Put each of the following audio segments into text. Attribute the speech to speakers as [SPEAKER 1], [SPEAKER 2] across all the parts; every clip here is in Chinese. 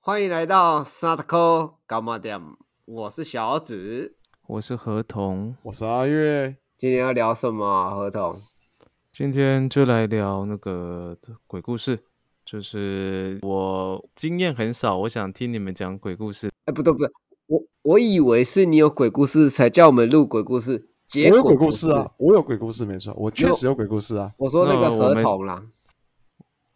[SPEAKER 1] 欢迎来到沙特扣高马店，我是小紫。
[SPEAKER 2] 我是何童，
[SPEAKER 3] 我是阿月，
[SPEAKER 1] 今天要聊什么啊、何童？
[SPEAKER 2] 今天就来聊那个鬼故事。就是我经验很少，我想听你们讲鬼故事。
[SPEAKER 1] 哎，不对不对，我我以为是你有鬼故事才叫我们录鬼故事，
[SPEAKER 3] 我
[SPEAKER 1] 结
[SPEAKER 3] 有
[SPEAKER 1] 果
[SPEAKER 3] 鬼
[SPEAKER 1] 不
[SPEAKER 3] 故事
[SPEAKER 1] 是
[SPEAKER 3] 啊，。我有鬼故事没错，我确实有鬼故事啊。
[SPEAKER 1] 我说那个
[SPEAKER 2] 那嗯我
[SPEAKER 1] 合
[SPEAKER 2] 们
[SPEAKER 1] 同啦，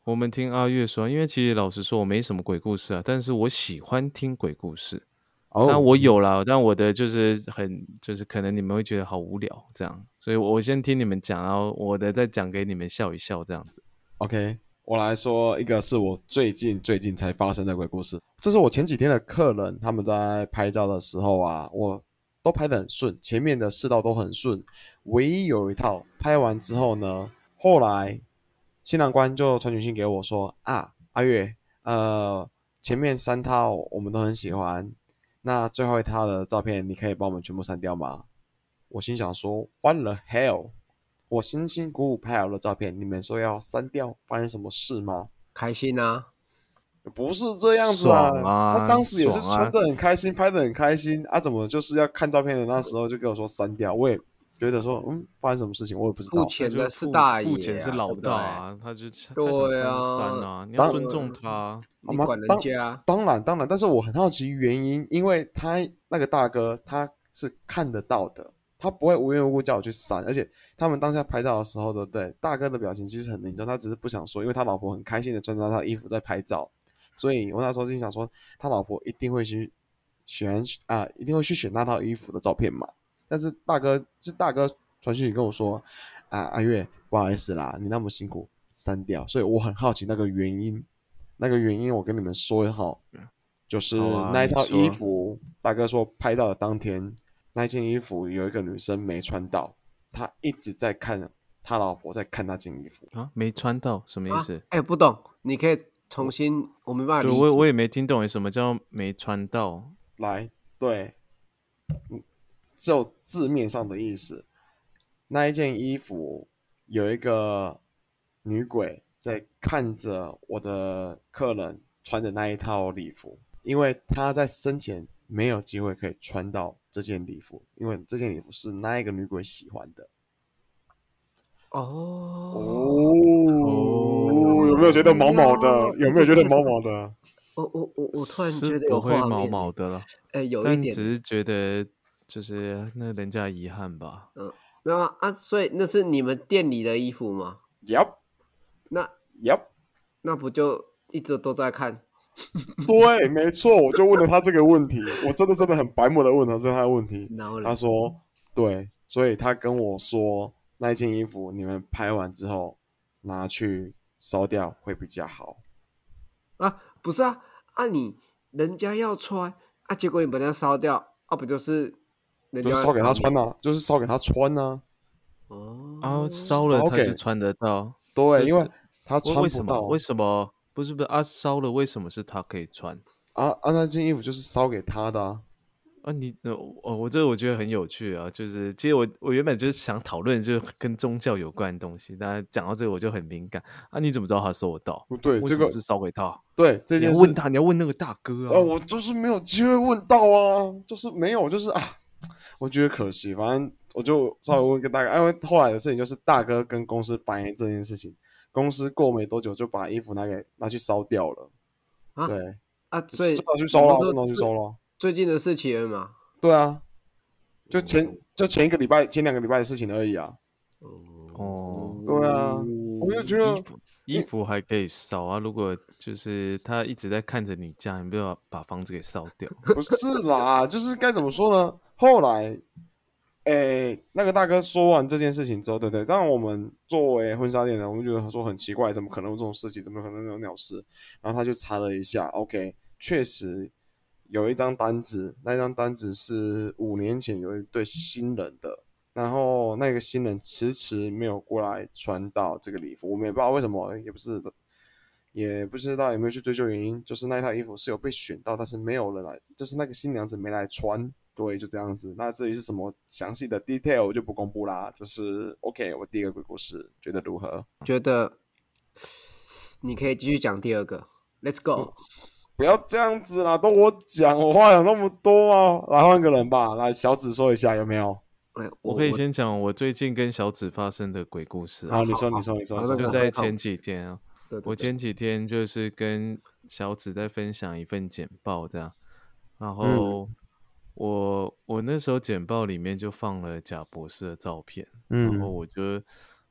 [SPEAKER 2] 我们听阿月说，因为其实老实说，我没什么鬼故事啊，但是我喜欢听鬼故事。
[SPEAKER 3] 哦，
[SPEAKER 2] 但我有啦，但我的就是很就是可能你们会觉得好无聊这样，所以我先听你们讲，然后我的再讲给你们笑一笑这样子。
[SPEAKER 3] OK，我来说一个是我最近最近才发生的鬼故事。这是我前几天的客人，他们在拍照的时候啊，我都拍得很顺，前面的四道都很顺，唯一有一套拍完之后呢，后来新郎官就传简讯给我说啊，阿月，呃，前面三套我们都很喜欢，那最后一套的照片你可以帮我们全部删掉吗？我心想说，What the hell？我辛辛苦苦拍好的照片，你们说要删掉，发生什么事吗？
[SPEAKER 1] 开心啊！
[SPEAKER 3] 不是这样子啊！
[SPEAKER 2] 爽啊
[SPEAKER 3] 他当时也是
[SPEAKER 2] 爽啊
[SPEAKER 3] 穿的很开心，拍的很开心啊，怎么就是要看照片的那时候就跟我说删掉？我也觉得说，嗯，发生什么事情我也不知
[SPEAKER 1] 付
[SPEAKER 3] 道。
[SPEAKER 1] 钱的
[SPEAKER 2] 就是付
[SPEAKER 1] 大爷、啊，
[SPEAKER 2] 付钱是老
[SPEAKER 1] 对不对
[SPEAKER 2] 大、啊，他就他
[SPEAKER 1] 对
[SPEAKER 2] 想
[SPEAKER 1] 啊
[SPEAKER 2] 删就删啊，你
[SPEAKER 3] 当
[SPEAKER 2] 要尊重他啊。
[SPEAKER 3] 好
[SPEAKER 1] 你
[SPEAKER 3] 吗
[SPEAKER 1] 管人
[SPEAKER 3] 当
[SPEAKER 1] 家？啊
[SPEAKER 3] 当然，当然，但是我很好奇原因，因为他那个大哥他是看得到的，他不会无缘无故叫我去删，而且他们当下拍照的时候，对不对？大哥的表情其实很凝重，他只是不想说，因为他老婆很开心的穿着他的衣服在拍照，所以我那时候心想说，他老婆一定会去选啊、一定会去选那套衣服的照片嘛。但是大哥是大哥传讯息跟我说，啊，阿月，不好意思啦，你那么辛苦，删掉。所以我很好奇那个原因，那个原因我跟你们说哈，就是
[SPEAKER 2] 好啊
[SPEAKER 3] 那一套
[SPEAKER 2] 你说
[SPEAKER 3] 衣服，大哥说拍照的当天，那件衣服有一个女生没穿到，她一直在看她老婆在看那件衣服。
[SPEAKER 2] 啊，没穿到什么意
[SPEAKER 1] 啊
[SPEAKER 2] 思？
[SPEAKER 1] 哎、不懂，你可以重新，我没办法
[SPEAKER 2] 对
[SPEAKER 1] 理
[SPEAKER 2] 我也
[SPEAKER 1] 解。
[SPEAKER 2] 我也没听懂，什么叫没穿到？
[SPEAKER 3] 来，对，嗯只有字面上的意思。那一件衣服有一个女鬼在看着我的客人穿的那一套礼服，因为她在生前没有机会可以穿到这件礼服，因为这件礼服是那一个女鬼喜欢的。
[SPEAKER 1] 哦，
[SPEAKER 3] 哦，有没有觉得毛毛
[SPEAKER 1] 哦
[SPEAKER 3] 的？有没有觉得毛毛 的？
[SPEAKER 1] 我我我我突然
[SPEAKER 2] 是
[SPEAKER 1] 觉得有
[SPEAKER 2] 不会
[SPEAKER 1] 画
[SPEAKER 2] 毛
[SPEAKER 1] 面
[SPEAKER 2] 毛，的了，
[SPEAKER 1] 哎、有一
[SPEAKER 2] 但
[SPEAKER 1] 点
[SPEAKER 2] 只，是觉得就是那人家遗憾吧。
[SPEAKER 1] 没有啊啊，所以那是你们店里的衣服吗？
[SPEAKER 3] Yup
[SPEAKER 1] 那
[SPEAKER 3] Yup，
[SPEAKER 1] 那不就一直都在看？
[SPEAKER 3] 对，没错，我就问了他这个问题，我真的真的很白目的问他这他的问题。
[SPEAKER 1] 然后嘞
[SPEAKER 3] 他说对，所以他跟我说那一件衣服你们拍完之后拿去烧掉会比较好。
[SPEAKER 1] 啊，不是啊，啊你人家要穿啊，结果你把它烧掉，啊不就是人家
[SPEAKER 3] 就是烧给他穿
[SPEAKER 1] 的、
[SPEAKER 3] 呐、就是烧给他穿啊呐、
[SPEAKER 1] 哦
[SPEAKER 2] 啊，烧了
[SPEAKER 3] 烧
[SPEAKER 2] 他就
[SPEAKER 3] 给
[SPEAKER 2] 穿得到，
[SPEAKER 3] 对，
[SPEAKER 2] 这
[SPEAKER 3] 因为他
[SPEAKER 2] 为
[SPEAKER 3] 穿
[SPEAKER 2] 为什
[SPEAKER 3] 不到
[SPEAKER 2] 么？为什么？不是不是啊，烧了为什么是他可以穿？
[SPEAKER 3] 啊啊，那件衣服就是烧给他的、啊。
[SPEAKER 2] 啊，你呃哦，我这个我觉得很有趣啊，就是其实我我原本就是想讨论就是跟宗教有关的东西，但讲到这个我就很敏感啊，你怎么知道他收得到？
[SPEAKER 3] 不对，
[SPEAKER 2] 为
[SPEAKER 3] 这
[SPEAKER 2] 什么
[SPEAKER 3] 个
[SPEAKER 2] 是烧给他，
[SPEAKER 3] 对这
[SPEAKER 2] 你
[SPEAKER 3] 件
[SPEAKER 2] 要
[SPEAKER 3] 事
[SPEAKER 2] 问他，你要问那个大哥
[SPEAKER 3] 啊，
[SPEAKER 2] 啊。
[SPEAKER 3] 我就是没有机会问到啊，就是没有，就是啊，我觉得可惜。反正我就稍微问个大哥，因为后来的事情就是大哥跟公司反映这件事情，公司过没多久就把衣服拿给拿去烧掉了。
[SPEAKER 1] 啊
[SPEAKER 3] 对，
[SPEAKER 1] 啊，所以
[SPEAKER 3] 就拿去烧
[SPEAKER 1] 你们
[SPEAKER 3] 了，就
[SPEAKER 1] 说
[SPEAKER 3] 拿去烧了。
[SPEAKER 1] 最近的事情了嘛。
[SPEAKER 3] 对啊，就前就前一个礼拜、前两个礼拜的事情而已啊。
[SPEAKER 2] 哦，
[SPEAKER 3] 对啊，我就觉
[SPEAKER 2] 衣
[SPEAKER 3] 得
[SPEAKER 2] 服衣
[SPEAKER 1] 嗯
[SPEAKER 2] 服还可以烧啊，如果就是他一直在看着你家，你不要把房子给烧 掉。
[SPEAKER 3] 不是啦，就是该怎么说呢？后来，诶、那个大哥说完这件事情之后，对对，让我们作为婚纱店的，我们觉得说很奇怪，怎么可能有这种事情？怎么可能有鸟事？然后他就查了一下，OK，确实有一张单子，那张单子是五年前有一对新人的，然后那个新人迟迟没有过来穿到这个礼服，我们也不知道为什么，也不是的，也不知道有没有去追究原因，就是那一套衣服是有被选到，但是没有人来，就是那个新娘子没来穿。对，就这样子。那至于是什么详细的 detail 我就不公布啦。这是 OK，我第一个鬼故事，觉得如何？
[SPEAKER 1] 觉得你可以继续讲第二个，Let's go。
[SPEAKER 3] 不要这样子啦，都我讲，我话有那么多啊，来换个人吧，来小紫说一下有没有？
[SPEAKER 1] 哎，我
[SPEAKER 2] 我可以先讲我最近跟小紫发生的鬼故事啊
[SPEAKER 3] 好，，你说，你说，你说，
[SPEAKER 1] 好
[SPEAKER 3] 你说
[SPEAKER 1] 那
[SPEAKER 2] 就
[SPEAKER 1] 个
[SPEAKER 2] 在前几天啊，
[SPEAKER 1] 对对
[SPEAKER 2] 我
[SPEAKER 1] 对
[SPEAKER 2] 前几天就是跟小紫在分享一份简报这样，然
[SPEAKER 1] 嗯
[SPEAKER 2] 后我、我那时候简报里面就放了贾博士的照片，然后
[SPEAKER 3] 嗯
[SPEAKER 2] 我就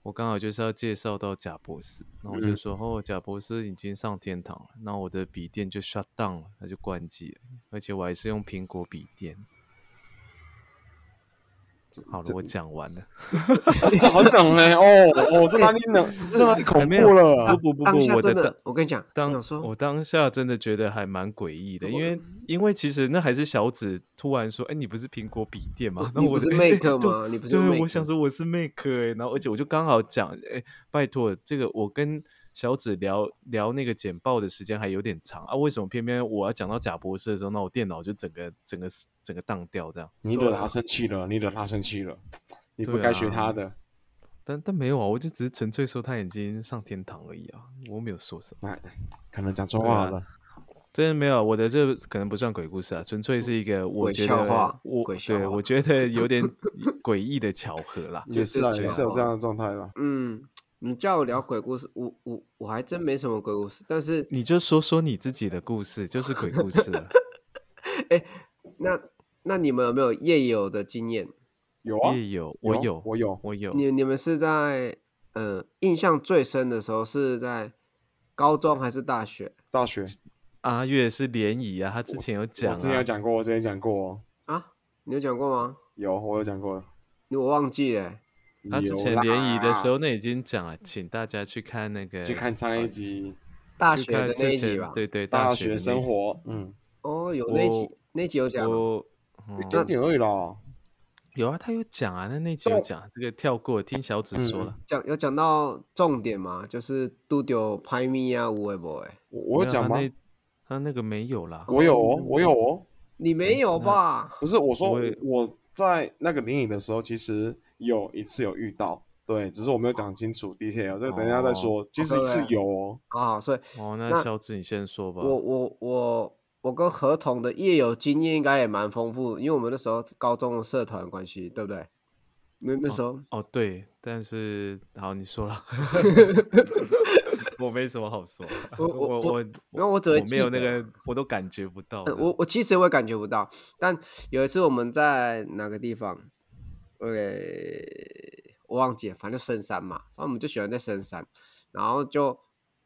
[SPEAKER 2] 我刚好就是要介绍到贾博士，然后我就
[SPEAKER 3] 嗯
[SPEAKER 2] 说、哦，贾博士已经上天堂了，那我的笔电就 shut down 了，它就关机了，而且我还是用苹果笔电。好了，我讲完了。
[SPEAKER 3] 这很冷
[SPEAKER 2] 欸
[SPEAKER 3] 哎，哦哦，这哪里冷？这哪里恐
[SPEAKER 2] 没
[SPEAKER 3] 怖
[SPEAKER 2] 有
[SPEAKER 3] 了啊？
[SPEAKER 2] 不不不
[SPEAKER 1] 当
[SPEAKER 2] 不，
[SPEAKER 1] 下
[SPEAKER 2] 我的
[SPEAKER 1] 真
[SPEAKER 2] 当
[SPEAKER 1] 的，我跟你讲，我
[SPEAKER 2] 当
[SPEAKER 1] 想说，
[SPEAKER 2] 我当下真的觉得还蛮诡异的，因为因为其实那还是小紫突然说：“哎、你不是苹果笔电吗？”那
[SPEAKER 1] 你
[SPEAKER 2] 我
[SPEAKER 1] 不是
[SPEAKER 2] 就哎
[SPEAKER 1] Mac
[SPEAKER 2] 对
[SPEAKER 1] 吗你不是
[SPEAKER 2] 对，
[SPEAKER 1] Mac
[SPEAKER 2] 我想说我是 Mac 哎、然后而且我就刚好讲：“哎、拜托，这个我跟小紫聊聊那个简报的时间还有点长啊，为什么偏偏我要讲到贾博士的时候，那我电脑就整个整个整个荡掉这样？
[SPEAKER 3] 你惹他生气了，你惹他生气了，你不
[SPEAKER 2] 对
[SPEAKER 3] 该
[SPEAKER 2] 啊
[SPEAKER 3] 学他的。
[SPEAKER 2] 但但没有啊，我就只是纯粹说他已经上天堂而已啊，我没有说什么。”
[SPEAKER 3] 哎，可能讲错话
[SPEAKER 2] 对
[SPEAKER 3] 了
[SPEAKER 2] 啊。真的没有，啊我的这可能不算鬼故事啊，纯粹是一个我
[SPEAKER 1] 鬼
[SPEAKER 2] 觉
[SPEAKER 1] 笑
[SPEAKER 2] 得
[SPEAKER 1] 话
[SPEAKER 2] 我
[SPEAKER 1] 鬼笑
[SPEAKER 2] 对
[SPEAKER 1] 话
[SPEAKER 2] 我觉得有点诡异的巧合啦。
[SPEAKER 3] 也是啊，
[SPEAKER 1] 就
[SPEAKER 3] 也是有这样的状态了。
[SPEAKER 1] 嗯，你叫我聊鬼故事，我我我还真没什么鬼故事，但是
[SPEAKER 2] 你就说说你自己的故事，就是鬼故 事了。
[SPEAKER 1] 那那你们有没有夜游的经验？
[SPEAKER 3] 有啊，
[SPEAKER 2] 也有，我
[SPEAKER 3] 有我有
[SPEAKER 2] 我有。
[SPEAKER 1] 你你们是在呃印象最深的时候是在高中还是大学
[SPEAKER 3] 大学
[SPEAKER 2] 阿月是联谊啊，他之前有讲
[SPEAKER 3] 我之前有
[SPEAKER 2] 啊，
[SPEAKER 3] 讲过，我之前讲过哦，
[SPEAKER 1] 啊？你有讲过吗？
[SPEAKER 3] 有我有讲过。
[SPEAKER 1] 你我忘记了欸、
[SPEAKER 2] 他之
[SPEAKER 3] 有
[SPEAKER 2] 前
[SPEAKER 3] 啦
[SPEAKER 2] 联谊的时候那已经讲了，请大家去看那个
[SPEAKER 3] 去看上一集
[SPEAKER 1] 大
[SPEAKER 2] 去
[SPEAKER 1] 学的
[SPEAKER 2] 看
[SPEAKER 1] 那
[SPEAKER 2] 之
[SPEAKER 1] 一集
[SPEAKER 2] 前
[SPEAKER 1] 吧？
[SPEAKER 2] 对对，
[SPEAKER 3] 大
[SPEAKER 2] 哎学
[SPEAKER 3] 学
[SPEAKER 2] 的
[SPEAKER 3] 生
[SPEAKER 2] 那一集，
[SPEAKER 3] 活，嗯，
[SPEAKER 1] 哦，有那一集
[SPEAKER 2] 我，
[SPEAKER 1] 那一集有讲吗，
[SPEAKER 2] 我
[SPEAKER 3] 一
[SPEAKER 2] 嗯
[SPEAKER 3] 点点而已啦。
[SPEAKER 2] 有啊，他有讲啊，那那集有
[SPEAKER 3] 动
[SPEAKER 2] 讲，这个跳过，听小紫说
[SPEAKER 3] 嗯
[SPEAKER 2] 了。
[SPEAKER 1] 讲有讲到重点嘛，就是都丢拍咪啊，无微博哎，
[SPEAKER 3] 我我有
[SPEAKER 2] 没
[SPEAKER 3] 讲
[SPEAKER 2] 他
[SPEAKER 3] 吗？
[SPEAKER 2] 那嗯他那个没有啦，
[SPEAKER 3] 我有哦，我有哦。
[SPEAKER 1] 你
[SPEAKER 2] 哎
[SPEAKER 1] 没有吧？
[SPEAKER 3] 不是我说
[SPEAKER 2] 我也
[SPEAKER 3] 我在那个灵隐的时候，其实有一次有遇到，对，只是我没有讲清楚 detail，这个等一下再说。其实是有哦，
[SPEAKER 1] 啊，所以
[SPEAKER 2] 哦，那
[SPEAKER 1] 那
[SPEAKER 2] 肖志你先说吧。
[SPEAKER 1] 我我我我跟合同的业友经验应该也蛮丰富，因为我们那时候高中的社团的关系，对不对？那那时候、
[SPEAKER 2] 哦对，但是好，你 说了， 我没什么好说。
[SPEAKER 1] 我
[SPEAKER 2] 我
[SPEAKER 1] 我
[SPEAKER 2] 我
[SPEAKER 1] 没有我只会
[SPEAKER 2] 没有
[SPEAKER 1] 记
[SPEAKER 2] 那
[SPEAKER 1] 得
[SPEAKER 2] 个，我都感觉不到的。
[SPEAKER 1] 呃我我其实我也感觉不到，但有一次我们在哪个地方，呃，我忘记了，反正深山嘛，反正我们就喜欢在深山，然后就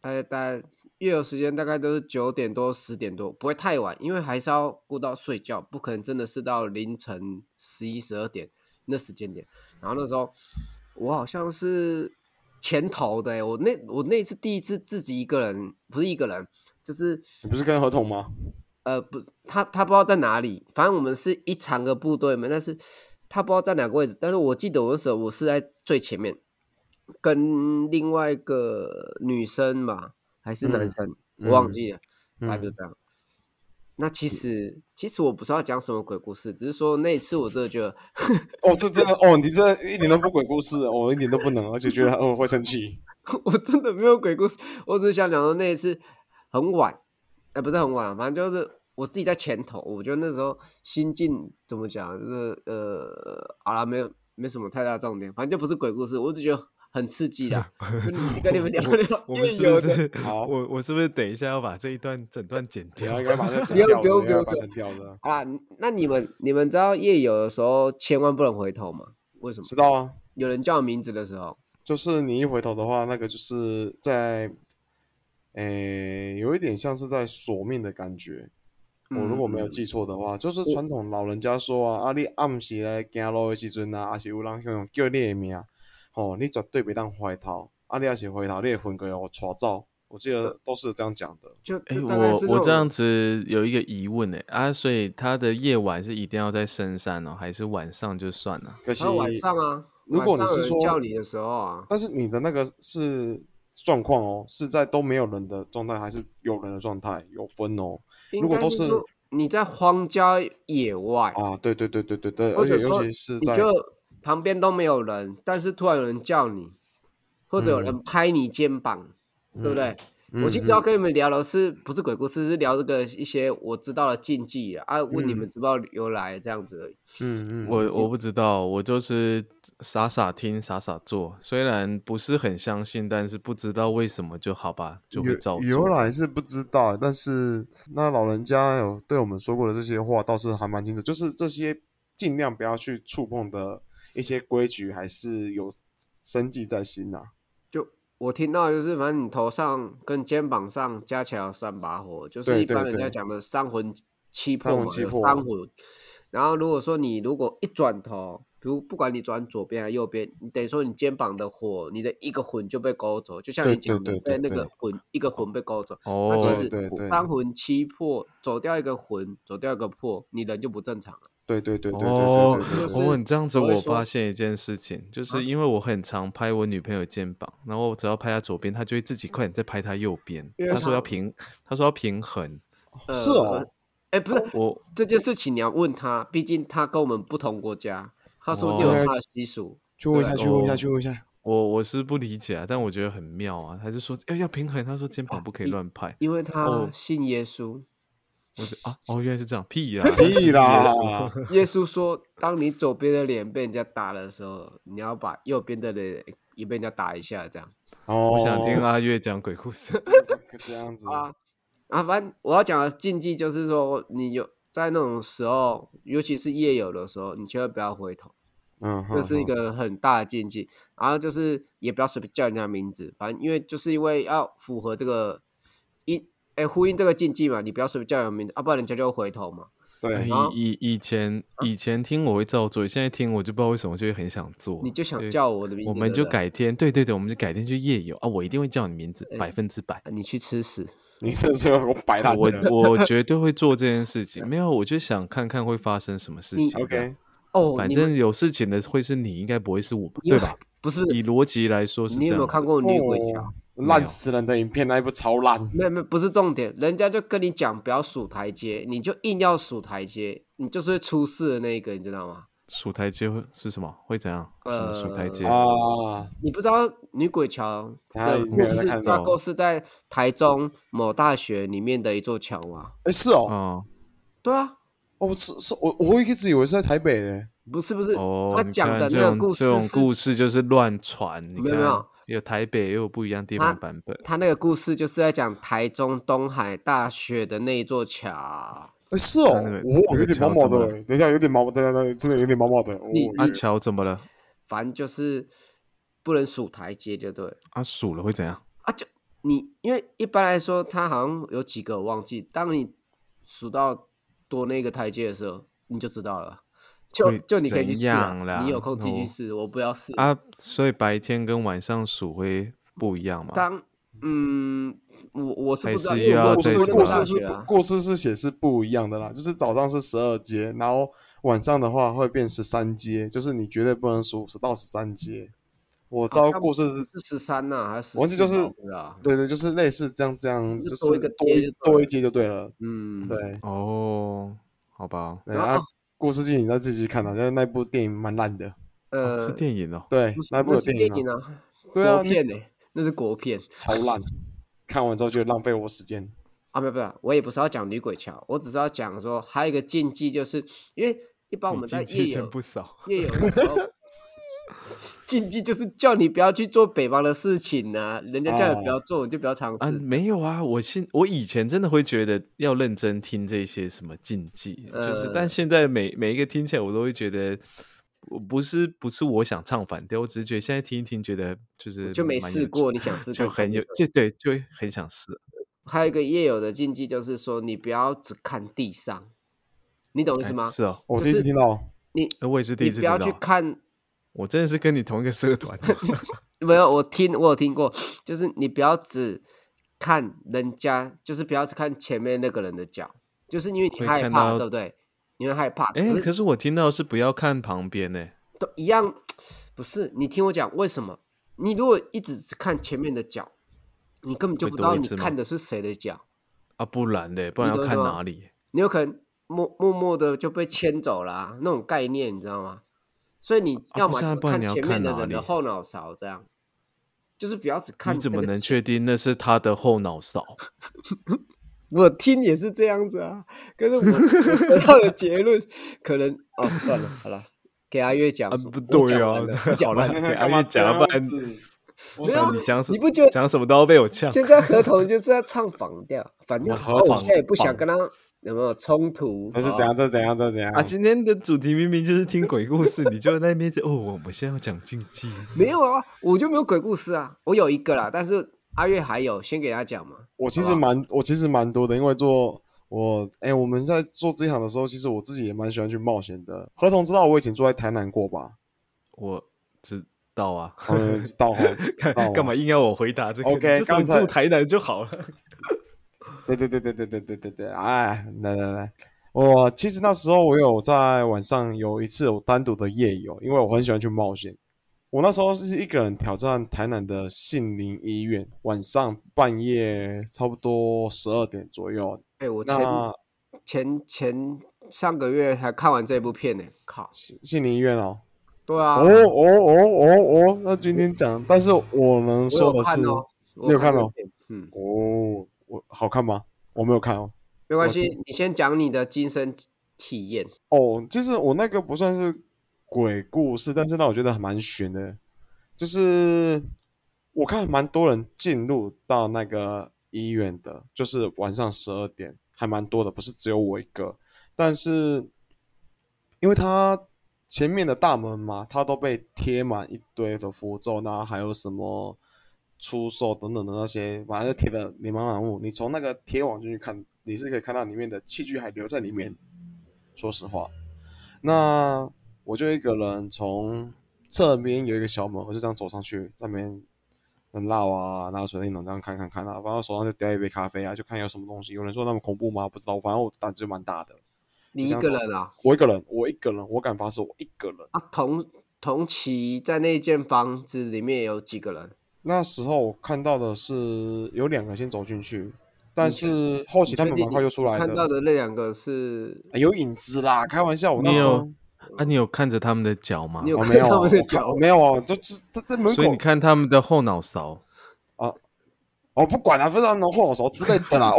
[SPEAKER 1] 大概大概夜游时间大概都是九点多十点多，不会太晚，因为还是要顾到睡觉，不可能真的是到凌晨十一十二点那时间点。然后那时候我好像是前头的、欸，我那我那一次第一次自己一个人，不是一个人，就是。
[SPEAKER 3] 你不是跟合同吗？
[SPEAKER 1] 呃，不是，他他不知道在哪里，反正我们是一长个部队嘛，但是他不知道在哪个位置，但是我记得我那时候我是在最前面，跟另外一个女生吧，还是男
[SPEAKER 3] 嗯
[SPEAKER 1] 生，我忘
[SPEAKER 3] 嗯
[SPEAKER 1] 记了，
[SPEAKER 3] 嗯
[SPEAKER 1] 大概就这样。那其实其实我不是要讲什么鬼故事，只是说那一次我真的觉得
[SPEAKER 3] 哦，这真的哦，你这一点都不鬼故事，哦我一点都不能，而且觉得嗯会生气。
[SPEAKER 1] 我真的没有鬼故事，我只是想讲说那一次很晚，哎、不是很晚，反正就是我自己在前头，我觉得那时候心境怎么讲，就是呃，好了，没有没什么太大重点，反正就不是鬼故事，我只觉得很刺激 啦，跟你跟你们聊聊
[SPEAKER 2] 我们
[SPEAKER 1] 夜
[SPEAKER 2] 是不
[SPEAKER 1] 游的，
[SPEAKER 2] 是？
[SPEAKER 3] 好
[SPEAKER 2] 我我是不是等一下要把这一段整段剪
[SPEAKER 3] 你
[SPEAKER 2] 掉
[SPEAKER 3] 要？应该把它
[SPEAKER 1] 不
[SPEAKER 3] 整
[SPEAKER 1] 要
[SPEAKER 3] 掉
[SPEAKER 1] 不要
[SPEAKER 3] 的，
[SPEAKER 1] 不
[SPEAKER 3] 要
[SPEAKER 1] 要
[SPEAKER 3] 把它整掉的，
[SPEAKER 1] 啊，那你们你们知道夜游的时候千万不能回头吗？为什么？
[SPEAKER 3] 知道啊。
[SPEAKER 1] 有人叫名字的时候，
[SPEAKER 3] 就是你一回头的话，那个就是在，诶，有一点像是在索命的感觉。我如果没有
[SPEAKER 1] 嗯
[SPEAKER 3] 记错的话，就是传统老人家说啊，啊你暗时来行路的时阵啊，啊是有人向叫你的名，吼、你绝对别当回头，啊你要是回头，你会魂鬼我抓走。我记得都是这样讲的，
[SPEAKER 1] 就
[SPEAKER 2] 哎、
[SPEAKER 1] 就大概
[SPEAKER 2] 我
[SPEAKER 1] 是那
[SPEAKER 2] 我这
[SPEAKER 1] 种
[SPEAKER 2] 样子有一个疑问哎、啊，所以他的夜晚是一定要在深山哦，还是晚上就算了？
[SPEAKER 3] 可惜
[SPEAKER 1] 然后晚上啊，
[SPEAKER 3] 如
[SPEAKER 1] 晚
[SPEAKER 3] 果你
[SPEAKER 1] 上有
[SPEAKER 3] 是
[SPEAKER 1] 人
[SPEAKER 3] 说
[SPEAKER 1] 叫你的时候啊，
[SPEAKER 3] 但是你的那个是状况哦，是在都没有人的状态，还是有人的状态？有分哦。
[SPEAKER 1] 应
[SPEAKER 3] 如果
[SPEAKER 1] 该
[SPEAKER 3] 都
[SPEAKER 1] 是
[SPEAKER 3] 是
[SPEAKER 1] 说你在荒郊野外，
[SPEAKER 3] 啊，对对对对对对，
[SPEAKER 1] 或
[SPEAKER 3] 而
[SPEAKER 1] 者
[SPEAKER 3] 且尤
[SPEAKER 1] 说
[SPEAKER 3] 其是
[SPEAKER 1] 你
[SPEAKER 3] 在
[SPEAKER 1] 就旁边都没有
[SPEAKER 3] 嗯
[SPEAKER 1] 人，但是突然有人叫你，或者有人拍你肩膀，对不对？我其实要跟你们聊的是不是鬼故事，是聊这个一些我知道的禁忌啊，啊问你们知不知道由来这样子而已。
[SPEAKER 3] 嗯嗯，
[SPEAKER 2] 我我不知道，我就是傻傻听，傻傻做，虽然不是很相信，但是不知道为什么就好吧，就会照
[SPEAKER 3] 由
[SPEAKER 2] 做。
[SPEAKER 3] 由来是不知道，但是那老人家有对我们说过的这些话，倒是还蛮清楚，就是这些尽量不要去触碰的一些规矩，还是有生计在心呐、
[SPEAKER 1] 就我听到的就是，反正你头上跟肩膀上加起来有三把火，就
[SPEAKER 3] 对
[SPEAKER 1] 是一
[SPEAKER 3] 对
[SPEAKER 1] 般人家
[SPEAKER 3] 对
[SPEAKER 1] 讲的三魂七魄
[SPEAKER 3] 三魂
[SPEAKER 1] 嘛，
[SPEAKER 3] 七
[SPEAKER 1] 有
[SPEAKER 3] 魄
[SPEAKER 1] 三魂。然后如果说你如果一转头，比如不管你转左边还是右边，你等于说你肩膀的火，你的一个魂就被勾走，就像
[SPEAKER 3] 对
[SPEAKER 1] 你讲
[SPEAKER 3] 对
[SPEAKER 1] 的，
[SPEAKER 3] 对
[SPEAKER 1] 被
[SPEAKER 3] 对
[SPEAKER 1] 那个
[SPEAKER 3] 对
[SPEAKER 1] 魂一个魂被勾走。
[SPEAKER 2] 哦
[SPEAKER 1] 那，其
[SPEAKER 3] 对对
[SPEAKER 1] 实
[SPEAKER 3] 对
[SPEAKER 1] 三魂七魄走掉一个魂，走掉一个魄，你人就不正常了。
[SPEAKER 3] 对对对对对对
[SPEAKER 2] 哦
[SPEAKER 3] 对对
[SPEAKER 1] 就，
[SPEAKER 3] 对
[SPEAKER 1] 是
[SPEAKER 2] 哦，你这样子，
[SPEAKER 1] 我会
[SPEAKER 2] 我
[SPEAKER 1] 说
[SPEAKER 2] 发现一件事情，就
[SPEAKER 1] 啊
[SPEAKER 2] 是因为我很常拍我女朋友肩膀，然后我只要拍她左边，她就会自己快点再拍她右边。
[SPEAKER 1] 因为
[SPEAKER 2] 她说
[SPEAKER 1] 她
[SPEAKER 2] 要平，她说要平衡。
[SPEAKER 1] 呃
[SPEAKER 3] 是哦，
[SPEAKER 1] 哎，不是，
[SPEAKER 2] 我
[SPEAKER 1] 这件事情你要问他，毕竟他跟我们不同国家，他说不定
[SPEAKER 3] 哦
[SPEAKER 1] 有他的习俗。
[SPEAKER 3] 去问一下，
[SPEAKER 2] 对
[SPEAKER 3] 去问一下，
[SPEAKER 2] 哦
[SPEAKER 3] 去问一下。
[SPEAKER 2] 我我是不理解啊，但我觉得很妙啊。她就说要要平衡，她说肩膀不可以
[SPEAKER 1] 你
[SPEAKER 2] 乱拍。
[SPEAKER 1] 因为他
[SPEAKER 2] 哦
[SPEAKER 1] 信耶稣，
[SPEAKER 2] 我就啊，哦，原来是这样，屁啦，
[SPEAKER 3] 屁啦！哦
[SPEAKER 1] 耶稣说，当你左边的脸被人家打的时候，你要把右边的脸也被人家打一下，这样
[SPEAKER 3] 哦，
[SPEAKER 2] 我想听啊阿月讲鬼故事。
[SPEAKER 3] 这样子
[SPEAKER 1] 啊啊！反正我要讲的禁忌就是说，你有在那种时候，尤其是夜游的时候，你千万不要回头。
[SPEAKER 3] 嗯，
[SPEAKER 1] 这是一
[SPEAKER 3] 哼
[SPEAKER 1] 个很大的禁忌。然后就是也不要随便叫人家名字，反正因为就是因为要符合这个一哎、呼应这个禁忌嘛，你不要随便叫人家名字，要、啊不然人家就会回头嘛。
[SPEAKER 3] 哼
[SPEAKER 2] 哎
[SPEAKER 3] 对，
[SPEAKER 1] 好
[SPEAKER 2] 以以以前以前听我会照做，现在听我就不知道为什么就会很想做。
[SPEAKER 1] 你就想
[SPEAKER 2] 对
[SPEAKER 1] 叫我的名字，
[SPEAKER 2] 我们
[SPEAKER 1] 对
[SPEAKER 2] 就
[SPEAKER 1] 不对、
[SPEAKER 2] 改天，对对对，我们就改天去夜游啊！我一定会叫你名字，百分之 百，
[SPEAKER 1] 啊你去吃屎。
[SPEAKER 3] 你这是要给我摆烂
[SPEAKER 2] 我
[SPEAKER 3] 的。
[SPEAKER 2] 我绝对会做这件事情。没有，我就想看看会发生什么事
[SPEAKER 1] 你
[SPEAKER 2] 情。这样
[SPEAKER 3] OK，
[SPEAKER 1] 哦，
[SPEAKER 2] 反
[SPEAKER 1] 嗯你们
[SPEAKER 2] 正有事情的会是你，应该不会是我吧？
[SPEAKER 1] 你有
[SPEAKER 2] 对吧？
[SPEAKER 1] 不是
[SPEAKER 2] 以逻辑来说是这
[SPEAKER 1] 你有
[SPEAKER 2] 样
[SPEAKER 1] 没有
[SPEAKER 2] 子
[SPEAKER 1] 看过《女鬼桥》
[SPEAKER 3] 哦烂死人的影片，那一部超烂。
[SPEAKER 1] 没有没有，不是重点，人家就跟你讲不要数台阶，你就硬要数台阶，你就是会出事的那一个，你知道吗？
[SPEAKER 2] 数台阶会是什么？会怎样？什么数台阶？
[SPEAKER 1] 呃
[SPEAKER 3] 啊，
[SPEAKER 1] 你不知道女鬼桥
[SPEAKER 3] 他
[SPEAKER 1] 的
[SPEAKER 3] 没
[SPEAKER 1] 故
[SPEAKER 3] 有在
[SPEAKER 1] 事
[SPEAKER 3] 看
[SPEAKER 1] 架
[SPEAKER 2] 到哦
[SPEAKER 1] 构是在台中某大学里面的一座桥吗？
[SPEAKER 3] 哎，是哦，
[SPEAKER 2] 哦
[SPEAKER 1] 对啊，
[SPEAKER 3] 哦，是是，我我一直以为是在台北呢。
[SPEAKER 1] 不是不是，
[SPEAKER 2] 哦，
[SPEAKER 1] 他
[SPEAKER 2] 你
[SPEAKER 1] 讲
[SPEAKER 2] 看
[SPEAKER 1] 的
[SPEAKER 2] 这
[SPEAKER 1] 那个
[SPEAKER 2] 种
[SPEAKER 1] 故
[SPEAKER 2] 这
[SPEAKER 1] 事
[SPEAKER 2] 种
[SPEAKER 1] 是
[SPEAKER 2] 故事就是乱传，你
[SPEAKER 1] 没有
[SPEAKER 2] 看
[SPEAKER 1] 没有
[SPEAKER 2] 有台北，也有不一样地
[SPEAKER 1] 他
[SPEAKER 2] 方版本。
[SPEAKER 1] 他那个故事就是在讲台中东海大学的那一座桥。啊
[SPEAKER 3] 哎，是哦，
[SPEAKER 2] 那那个
[SPEAKER 3] 哦，
[SPEAKER 2] 那个
[SPEAKER 3] 有点毛
[SPEAKER 2] 桥
[SPEAKER 3] 毛
[SPEAKER 2] 怎么
[SPEAKER 3] 的
[SPEAKER 2] 了
[SPEAKER 3] 嘞。等一下，有点毛毛，等一下，等一下真的有点毛毛的。哦
[SPEAKER 1] 你
[SPEAKER 2] 阿乔啊怎么了？
[SPEAKER 1] 反正就是不能数台阶就对了
[SPEAKER 2] 啊，数了会怎样？
[SPEAKER 1] 啊，就你因为一般来说，它好像有几个我忘记，当你数到多那个台阶的时候，你就知道了。就
[SPEAKER 2] 会
[SPEAKER 1] 就你可以去
[SPEAKER 2] 怎
[SPEAKER 1] 试、
[SPEAKER 2] 样
[SPEAKER 1] 啊，
[SPEAKER 2] 啦
[SPEAKER 1] 你有空自己去
[SPEAKER 2] 哦
[SPEAKER 1] 试，我不要试。
[SPEAKER 2] 啊，所以白天跟晚上数会不一样嘛？
[SPEAKER 1] 当嗯，我我是
[SPEAKER 2] 还
[SPEAKER 1] 不知道，
[SPEAKER 2] 是
[SPEAKER 1] 因为我没有
[SPEAKER 2] 要
[SPEAKER 3] 故
[SPEAKER 2] 在
[SPEAKER 1] 读
[SPEAKER 3] 事
[SPEAKER 1] 过那
[SPEAKER 2] 什
[SPEAKER 1] 个啊大
[SPEAKER 2] 么
[SPEAKER 3] 故事是
[SPEAKER 1] 学
[SPEAKER 3] 不
[SPEAKER 1] 啊。
[SPEAKER 3] 故事是写是不一样的啦，就是早上是十二阶，然后晚上的话会变十三阶，就是你绝对不能数到十三阶。我知道
[SPEAKER 1] 像
[SPEAKER 3] 故事是
[SPEAKER 1] 是十三呐，还是
[SPEAKER 3] 忘记就是
[SPEAKER 1] 啊，
[SPEAKER 3] 对对，就是类似这样这样，
[SPEAKER 1] 就是
[SPEAKER 3] 就
[SPEAKER 1] 多一个阶就
[SPEAKER 3] 是多一
[SPEAKER 1] 对
[SPEAKER 3] 多
[SPEAKER 1] 了
[SPEAKER 3] 一阶就对了。
[SPEAKER 1] 嗯，
[SPEAKER 3] 对，
[SPEAKER 2] 哦，好吧，
[SPEAKER 3] 对
[SPEAKER 1] 然
[SPEAKER 3] 啊
[SPEAKER 1] 后，
[SPEAKER 3] 故事剧情你再自己去看啦，但是那部电影蛮烂的。
[SPEAKER 2] 哦
[SPEAKER 1] 呃，
[SPEAKER 2] 是电影哦。
[SPEAKER 3] 对
[SPEAKER 1] 不是，
[SPEAKER 3] 那部
[SPEAKER 1] 那
[SPEAKER 3] 有
[SPEAKER 1] 是
[SPEAKER 3] 电
[SPEAKER 1] 电
[SPEAKER 3] 影
[SPEAKER 1] 影
[SPEAKER 3] 啊，
[SPEAKER 1] 啊，
[SPEAKER 3] 对啊
[SPEAKER 1] 国
[SPEAKER 3] 那
[SPEAKER 1] 片呢，那是国片
[SPEAKER 3] 超烂，看完之后就浪费我时间。
[SPEAKER 1] 啊，没有没有，我也不是要讲女鬼桥，我只是要讲说还有一个禁忌，就是因为一般我
[SPEAKER 2] 你
[SPEAKER 1] 们在
[SPEAKER 2] 经
[SPEAKER 1] 夜
[SPEAKER 2] 济真
[SPEAKER 1] 游
[SPEAKER 2] 不少。
[SPEAKER 1] 夜游的时候。禁忌就是叫你不要去做北方的事情呐、人家叫你不要做，你就不要尝
[SPEAKER 2] 啊，
[SPEAKER 1] 试。
[SPEAKER 2] 没有啊，我现我以前真的会觉得要认真听这些什么禁忌，就是，
[SPEAKER 1] 呃
[SPEAKER 2] 但现在每每一个听起来，我都会觉得，我不是不是我想唱反调，我只是觉得现在听一听，觉得就是
[SPEAKER 1] 就没
[SPEAKER 2] 蛮有
[SPEAKER 1] 试
[SPEAKER 2] 趣
[SPEAKER 1] 过，你想试
[SPEAKER 2] 就
[SPEAKER 1] 看看
[SPEAKER 2] 很
[SPEAKER 1] 就
[SPEAKER 2] 有
[SPEAKER 1] 对了，
[SPEAKER 2] 就对，就会很想试。
[SPEAKER 1] 还有一个夜游的禁忌就是说，你不要只看地上，你懂我意
[SPEAKER 2] 哎
[SPEAKER 1] 思吗？
[SPEAKER 2] 是哦，
[SPEAKER 3] 我
[SPEAKER 1] 就
[SPEAKER 3] 第一次
[SPEAKER 1] 是
[SPEAKER 3] 听到，
[SPEAKER 1] 你
[SPEAKER 2] 呃我也是第
[SPEAKER 1] 你
[SPEAKER 2] 一次
[SPEAKER 1] 不
[SPEAKER 2] 听
[SPEAKER 1] 要
[SPEAKER 2] 到
[SPEAKER 1] 去。看，
[SPEAKER 2] 我真的是跟你同一个社团的，
[SPEAKER 1] 没有我听我有听过，就是你不要只看人家，就是不要只看前面那个人的脚，就是因为你
[SPEAKER 2] 会
[SPEAKER 1] 害
[SPEAKER 2] 看
[SPEAKER 1] 怕，
[SPEAKER 2] 到
[SPEAKER 1] 对不对？你会害怕，可
[SPEAKER 2] 哎、
[SPEAKER 1] 是
[SPEAKER 2] 可是我听到是不要看旁边呢、
[SPEAKER 1] 都一样，不是？你听我讲，为什么？你如果一直只看前面的脚，你根本就
[SPEAKER 2] 会
[SPEAKER 1] 不知
[SPEAKER 2] 多
[SPEAKER 1] 道
[SPEAKER 2] 一
[SPEAKER 1] 你
[SPEAKER 2] 只吗
[SPEAKER 1] 看的是谁的脚。
[SPEAKER 2] 啊，不然的，不然
[SPEAKER 1] 你
[SPEAKER 2] 要
[SPEAKER 1] 懂
[SPEAKER 2] 看
[SPEAKER 1] 什么
[SPEAKER 2] 哪里？
[SPEAKER 1] 你有可能默默默的就被牵走了、啊，那种概念你知道吗？所以你
[SPEAKER 2] 啊
[SPEAKER 1] 要
[SPEAKER 2] 不
[SPEAKER 1] 么
[SPEAKER 2] 是啊
[SPEAKER 1] 就是
[SPEAKER 2] 不然
[SPEAKER 1] 看
[SPEAKER 2] 你要
[SPEAKER 1] 前面
[SPEAKER 2] 看
[SPEAKER 1] 的
[SPEAKER 2] 哪
[SPEAKER 1] 人的
[SPEAKER 2] 里
[SPEAKER 1] 后脑勺这样，就是不要只看、
[SPEAKER 2] 你怎么能？确定那是他的后脑勺？
[SPEAKER 1] 我听也是这样子啊，可是我 我得到的结论可能哦，算了，好了，给阿月讲，
[SPEAKER 2] 啊，
[SPEAKER 1] 我
[SPEAKER 2] 不
[SPEAKER 1] 讲
[SPEAKER 2] 对
[SPEAKER 1] 完
[SPEAKER 2] 啊
[SPEAKER 1] 了，
[SPEAKER 2] 那
[SPEAKER 1] 我讲
[SPEAKER 2] 好
[SPEAKER 1] 完
[SPEAKER 2] 了，
[SPEAKER 1] 了
[SPEAKER 2] 给阿
[SPEAKER 3] 干嘛
[SPEAKER 2] 月
[SPEAKER 3] 这
[SPEAKER 2] 讲了
[SPEAKER 3] 样
[SPEAKER 2] 半
[SPEAKER 3] 子
[SPEAKER 2] 天，
[SPEAKER 1] 没有啊
[SPEAKER 2] 哇你讲什
[SPEAKER 1] 你不觉得
[SPEAKER 2] 讲什么都要被我呛。
[SPEAKER 1] 现在合同就是在唱反 调，反正
[SPEAKER 2] 我合
[SPEAKER 1] 哦我
[SPEAKER 2] 同
[SPEAKER 1] 现在也不想
[SPEAKER 2] 绑
[SPEAKER 1] 跟他有没有冲突，哦
[SPEAKER 3] 这是
[SPEAKER 1] 好
[SPEAKER 3] 怎样？这是怎样？这是怎样？
[SPEAKER 2] 啊，今天的主题明明就是听鬼故事，你就在那边就哦，我们现在要讲禁忌。
[SPEAKER 1] 没有啊，我就没有鬼故事啊，我有一个
[SPEAKER 3] 嗯
[SPEAKER 1] 啦，但是阿月还有，先给他讲嘛。
[SPEAKER 3] 我其实蛮，我其实蛮多的，因为做我，哎、我们在做这一行的时候，其实我自己也蛮喜欢去冒险的。合同知道我以前住在台南过吧？
[SPEAKER 2] 我知道啊，
[SPEAKER 3] 嗯，知道哈，知道
[SPEAKER 2] 干
[SPEAKER 3] 哦
[SPEAKER 2] 干嘛？硬要我回答这个
[SPEAKER 3] OK，
[SPEAKER 2] 你就是
[SPEAKER 3] 刚
[SPEAKER 2] 你
[SPEAKER 3] 才
[SPEAKER 2] 住台南就好了。
[SPEAKER 3] 对对对对对对对对对，哎，来来来，我其实那时候我有在晚上有一次有单独的夜游，因为我很喜欢去冒险。我那时候是一个人挑战台南的杏林医院，晚上半夜差不多十二点左右。
[SPEAKER 1] 哎、我前
[SPEAKER 3] 那
[SPEAKER 1] 前前上个月还看完这部片呢、靠！
[SPEAKER 3] 杏杏林医院哦，
[SPEAKER 1] 对啊，
[SPEAKER 3] 哦哦哦哦哦，那今天讲，但是我能
[SPEAKER 1] 我
[SPEAKER 3] 说
[SPEAKER 1] 有
[SPEAKER 3] 的是，
[SPEAKER 1] 看
[SPEAKER 3] 哦
[SPEAKER 1] 哦，
[SPEAKER 3] 你
[SPEAKER 1] 我
[SPEAKER 3] 有看
[SPEAKER 1] 这
[SPEAKER 3] 哦
[SPEAKER 1] 部片？嗯，
[SPEAKER 3] 我好看吗？我没有看哦。
[SPEAKER 1] 没关系，你先讲你的亲身体验。
[SPEAKER 3] 哦，就是我那个不算是鬼故事，但是让我觉得还蛮悬的，就是我看蛮多人进入到那个医院的，就是晚上十二点，还蛮多的，不是只有我一个。但是因为它前面的大门嘛，它都被贴满一堆的符咒，那还有什么出售等等的那些，反正贴的琳琅满目。你从那个贴网进去看，你是可以看到里面的器具还留在里面。说实话，那我就一个人从侧边有一个小门，我就这样走上去，那边很绕啊，拿水电筒这样看看看啊，然后手上就叼一杯咖啡啊，就看有什么东西。有人说那么恐怖吗？不知道，反正我胆子就蛮大的。
[SPEAKER 1] 你
[SPEAKER 3] 这
[SPEAKER 1] 一
[SPEAKER 3] 样
[SPEAKER 1] 个
[SPEAKER 3] 走
[SPEAKER 1] 人啊？
[SPEAKER 3] 我一个人，我一个人，我敢发誓，我一个人。
[SPEAKER 1] 啊，同同期在那间房子里面有几个人？
[SPEAKER 3] 那时候我看到的是有两个先走进去，但
[SPEAKER 1] 你确
[SPEAKER 3] 是后期
[SPEAKER 1] 你
[SPEAKER 3] 他
[SPEAKER 1] 确
[SPEAKER 3] 们
[SPEAKER 1] 定
[SPEAKER 3] 蛮
[SPEAKER 1] 你
[SPEAKER 3] 快就出
[SPEAKER 1] 你
[SPEAKER 3] 来
[SPEAKER 1] 看到
[SPEAKER 3] 的。
[SPEAKER 1] 的那两个是，
[SPEAKER 3] 哎有影子啦，开玩笑，我那
[SPEAKER 2] 你
[SPEAKER 3] 时候
[SPEAKER 2] 有啊，你有看着他们的脚吗
[SPEAKER 1] 你？有
[SPEAKER 3] 我
[SPEAKER 1] 看
[SPEAKER 3] 没有啊，
[SPEAKER 1] 他们的
[SPEAKER 3] 我看
[SPEAKER 1] 脚
[SPEAKER 3] 我没有啊，就是在在门
[SPEAKER 2] 所以
[SPEAKER 3] 口
[SPEAKER 2] 你看他们的后脑勺，
[SPEAKER 3] 我哦不管了、非常能后手之类的 啦。哦，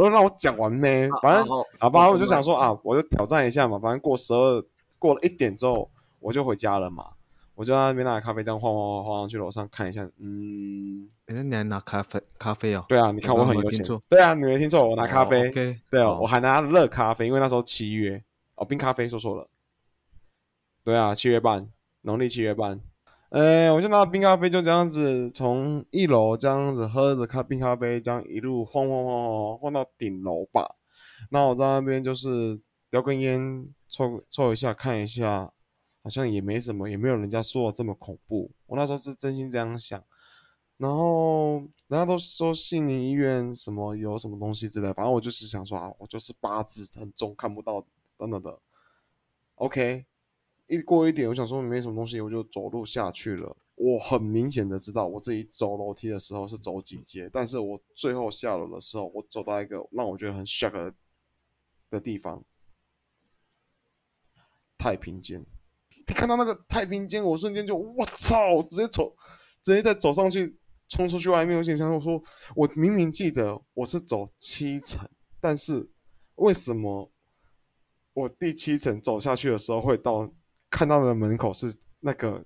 [SPEAKER 3] 那让我讲完呢。反正好吧，我就想说，
[SPEAKER 1] 然后
[SPEAKER 3] 啊，我就挑战一下嘛。反正过十二过了一点之后，我就回家了嘛。我就在那边拿咖啡这样晃晃晃晃晃去楼上看一下。嗯，
[SPEAKER 2] 哎，你还拿咖啡咖啡哦？
[SPEAKER 3] 对啊，你看
[SPEAKER 2] 我
[SPEAKER 3] 我
[SPEAKER 2] 刚
[SPEAKER 3] 很
[SPEAKER 2] 刚
[SPEAKER 3] 有
[SPEAKER 2] 听
[SPEAKER 3] 钱
[SPEAKER 2] 错。
[SPEAKER 3] 对啊，你没听错，我拿咖
[SPEAKER 2] 哦
[SPEAKER 3] 啡。
[SPEAKER 2] ，OK，
[SPEAKER 3] 对啊，
[SPEAKER 2] 好
[SPEAKER 3] 我还拿热咖啡，因为那时候七月哦，冰咖啡说错了。对啊，七月半，农历七月半。呃，我就拿冰咖啡，就这样子从一楼这样子喝着咖冰咖啡，这样一路晃晃晃晃晃晃到顶楼吧。那我在那边就是叼根烟，抽抽一下，看一下，好像也没什么，也没有人家说的这么恐怖。我那时候是真心这样想。然后人家都说杏林医院什么有什么东西之类的，反正我就是想说啊，我就是八字很重，看不到等等的。OK，一过一点，我想说没什么东西，我就走路下去了。我很明显的知道我自己走楼梯的时候是走几阶，但是我最后下楼的时候，我走到一个让我觉得很 shock 的的地方——太平间。看到那个太平间，我瞬间就我操，直接走，直接再走上去，冲出去外面。我心想，我说我明明记得我是走七层，但是为什么我第七层走下去的时候会到看到的门口是那个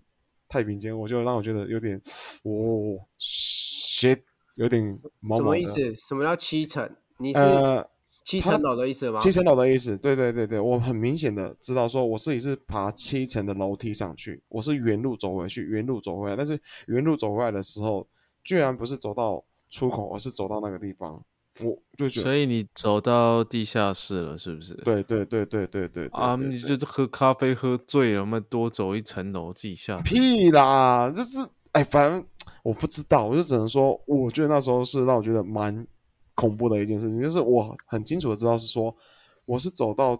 [SPEAKER 3] 太平间？我就让我觉得有点，哦，鞋有点毛
[SPEAKER 1] 什
[SPEAKER 3] 毛
[SPEAKER 1] 么
[SPEAKER 3] 的。
[SPEAKER 1] 意思？什么叫七层？你是
[SPEAKER 3] 呃，
[SPEAKER 1] 七
[SPEAKER 3] 他
[SPEAKER 1] 层楼的意
[SPEAKER 2] 啊
[SPEAKER 1] 思吗？
[SPEAKER 3] 七层楼的意思，对对对对，我很明显的知道说我自己是爬七层的楼梯上去，我是原路走回去，原路走回来，但是原路走回来的时候，居然不是走到出口，而是走到那个地方，我就觉得，
[SPEAKER 2] 所以你走到地下室了，是不是？
[SPEAKER 3] 对对对对对对对
[SPEAKER 2] 啊，
[SPEAKER 3] 对
[SPEAKER 2] 你
[SPEAKER 3] 对
[SPEAKER 2] 就是喝咖啡喝醉了嘛，多走一层楼地下。
[SPEAKER 3] 屁啦，就是哎，反正我不知道，我就只能说，我觉得那时候是让我觉得蛮恐怖的一件事情，就是我很清楚的知道是说我是走到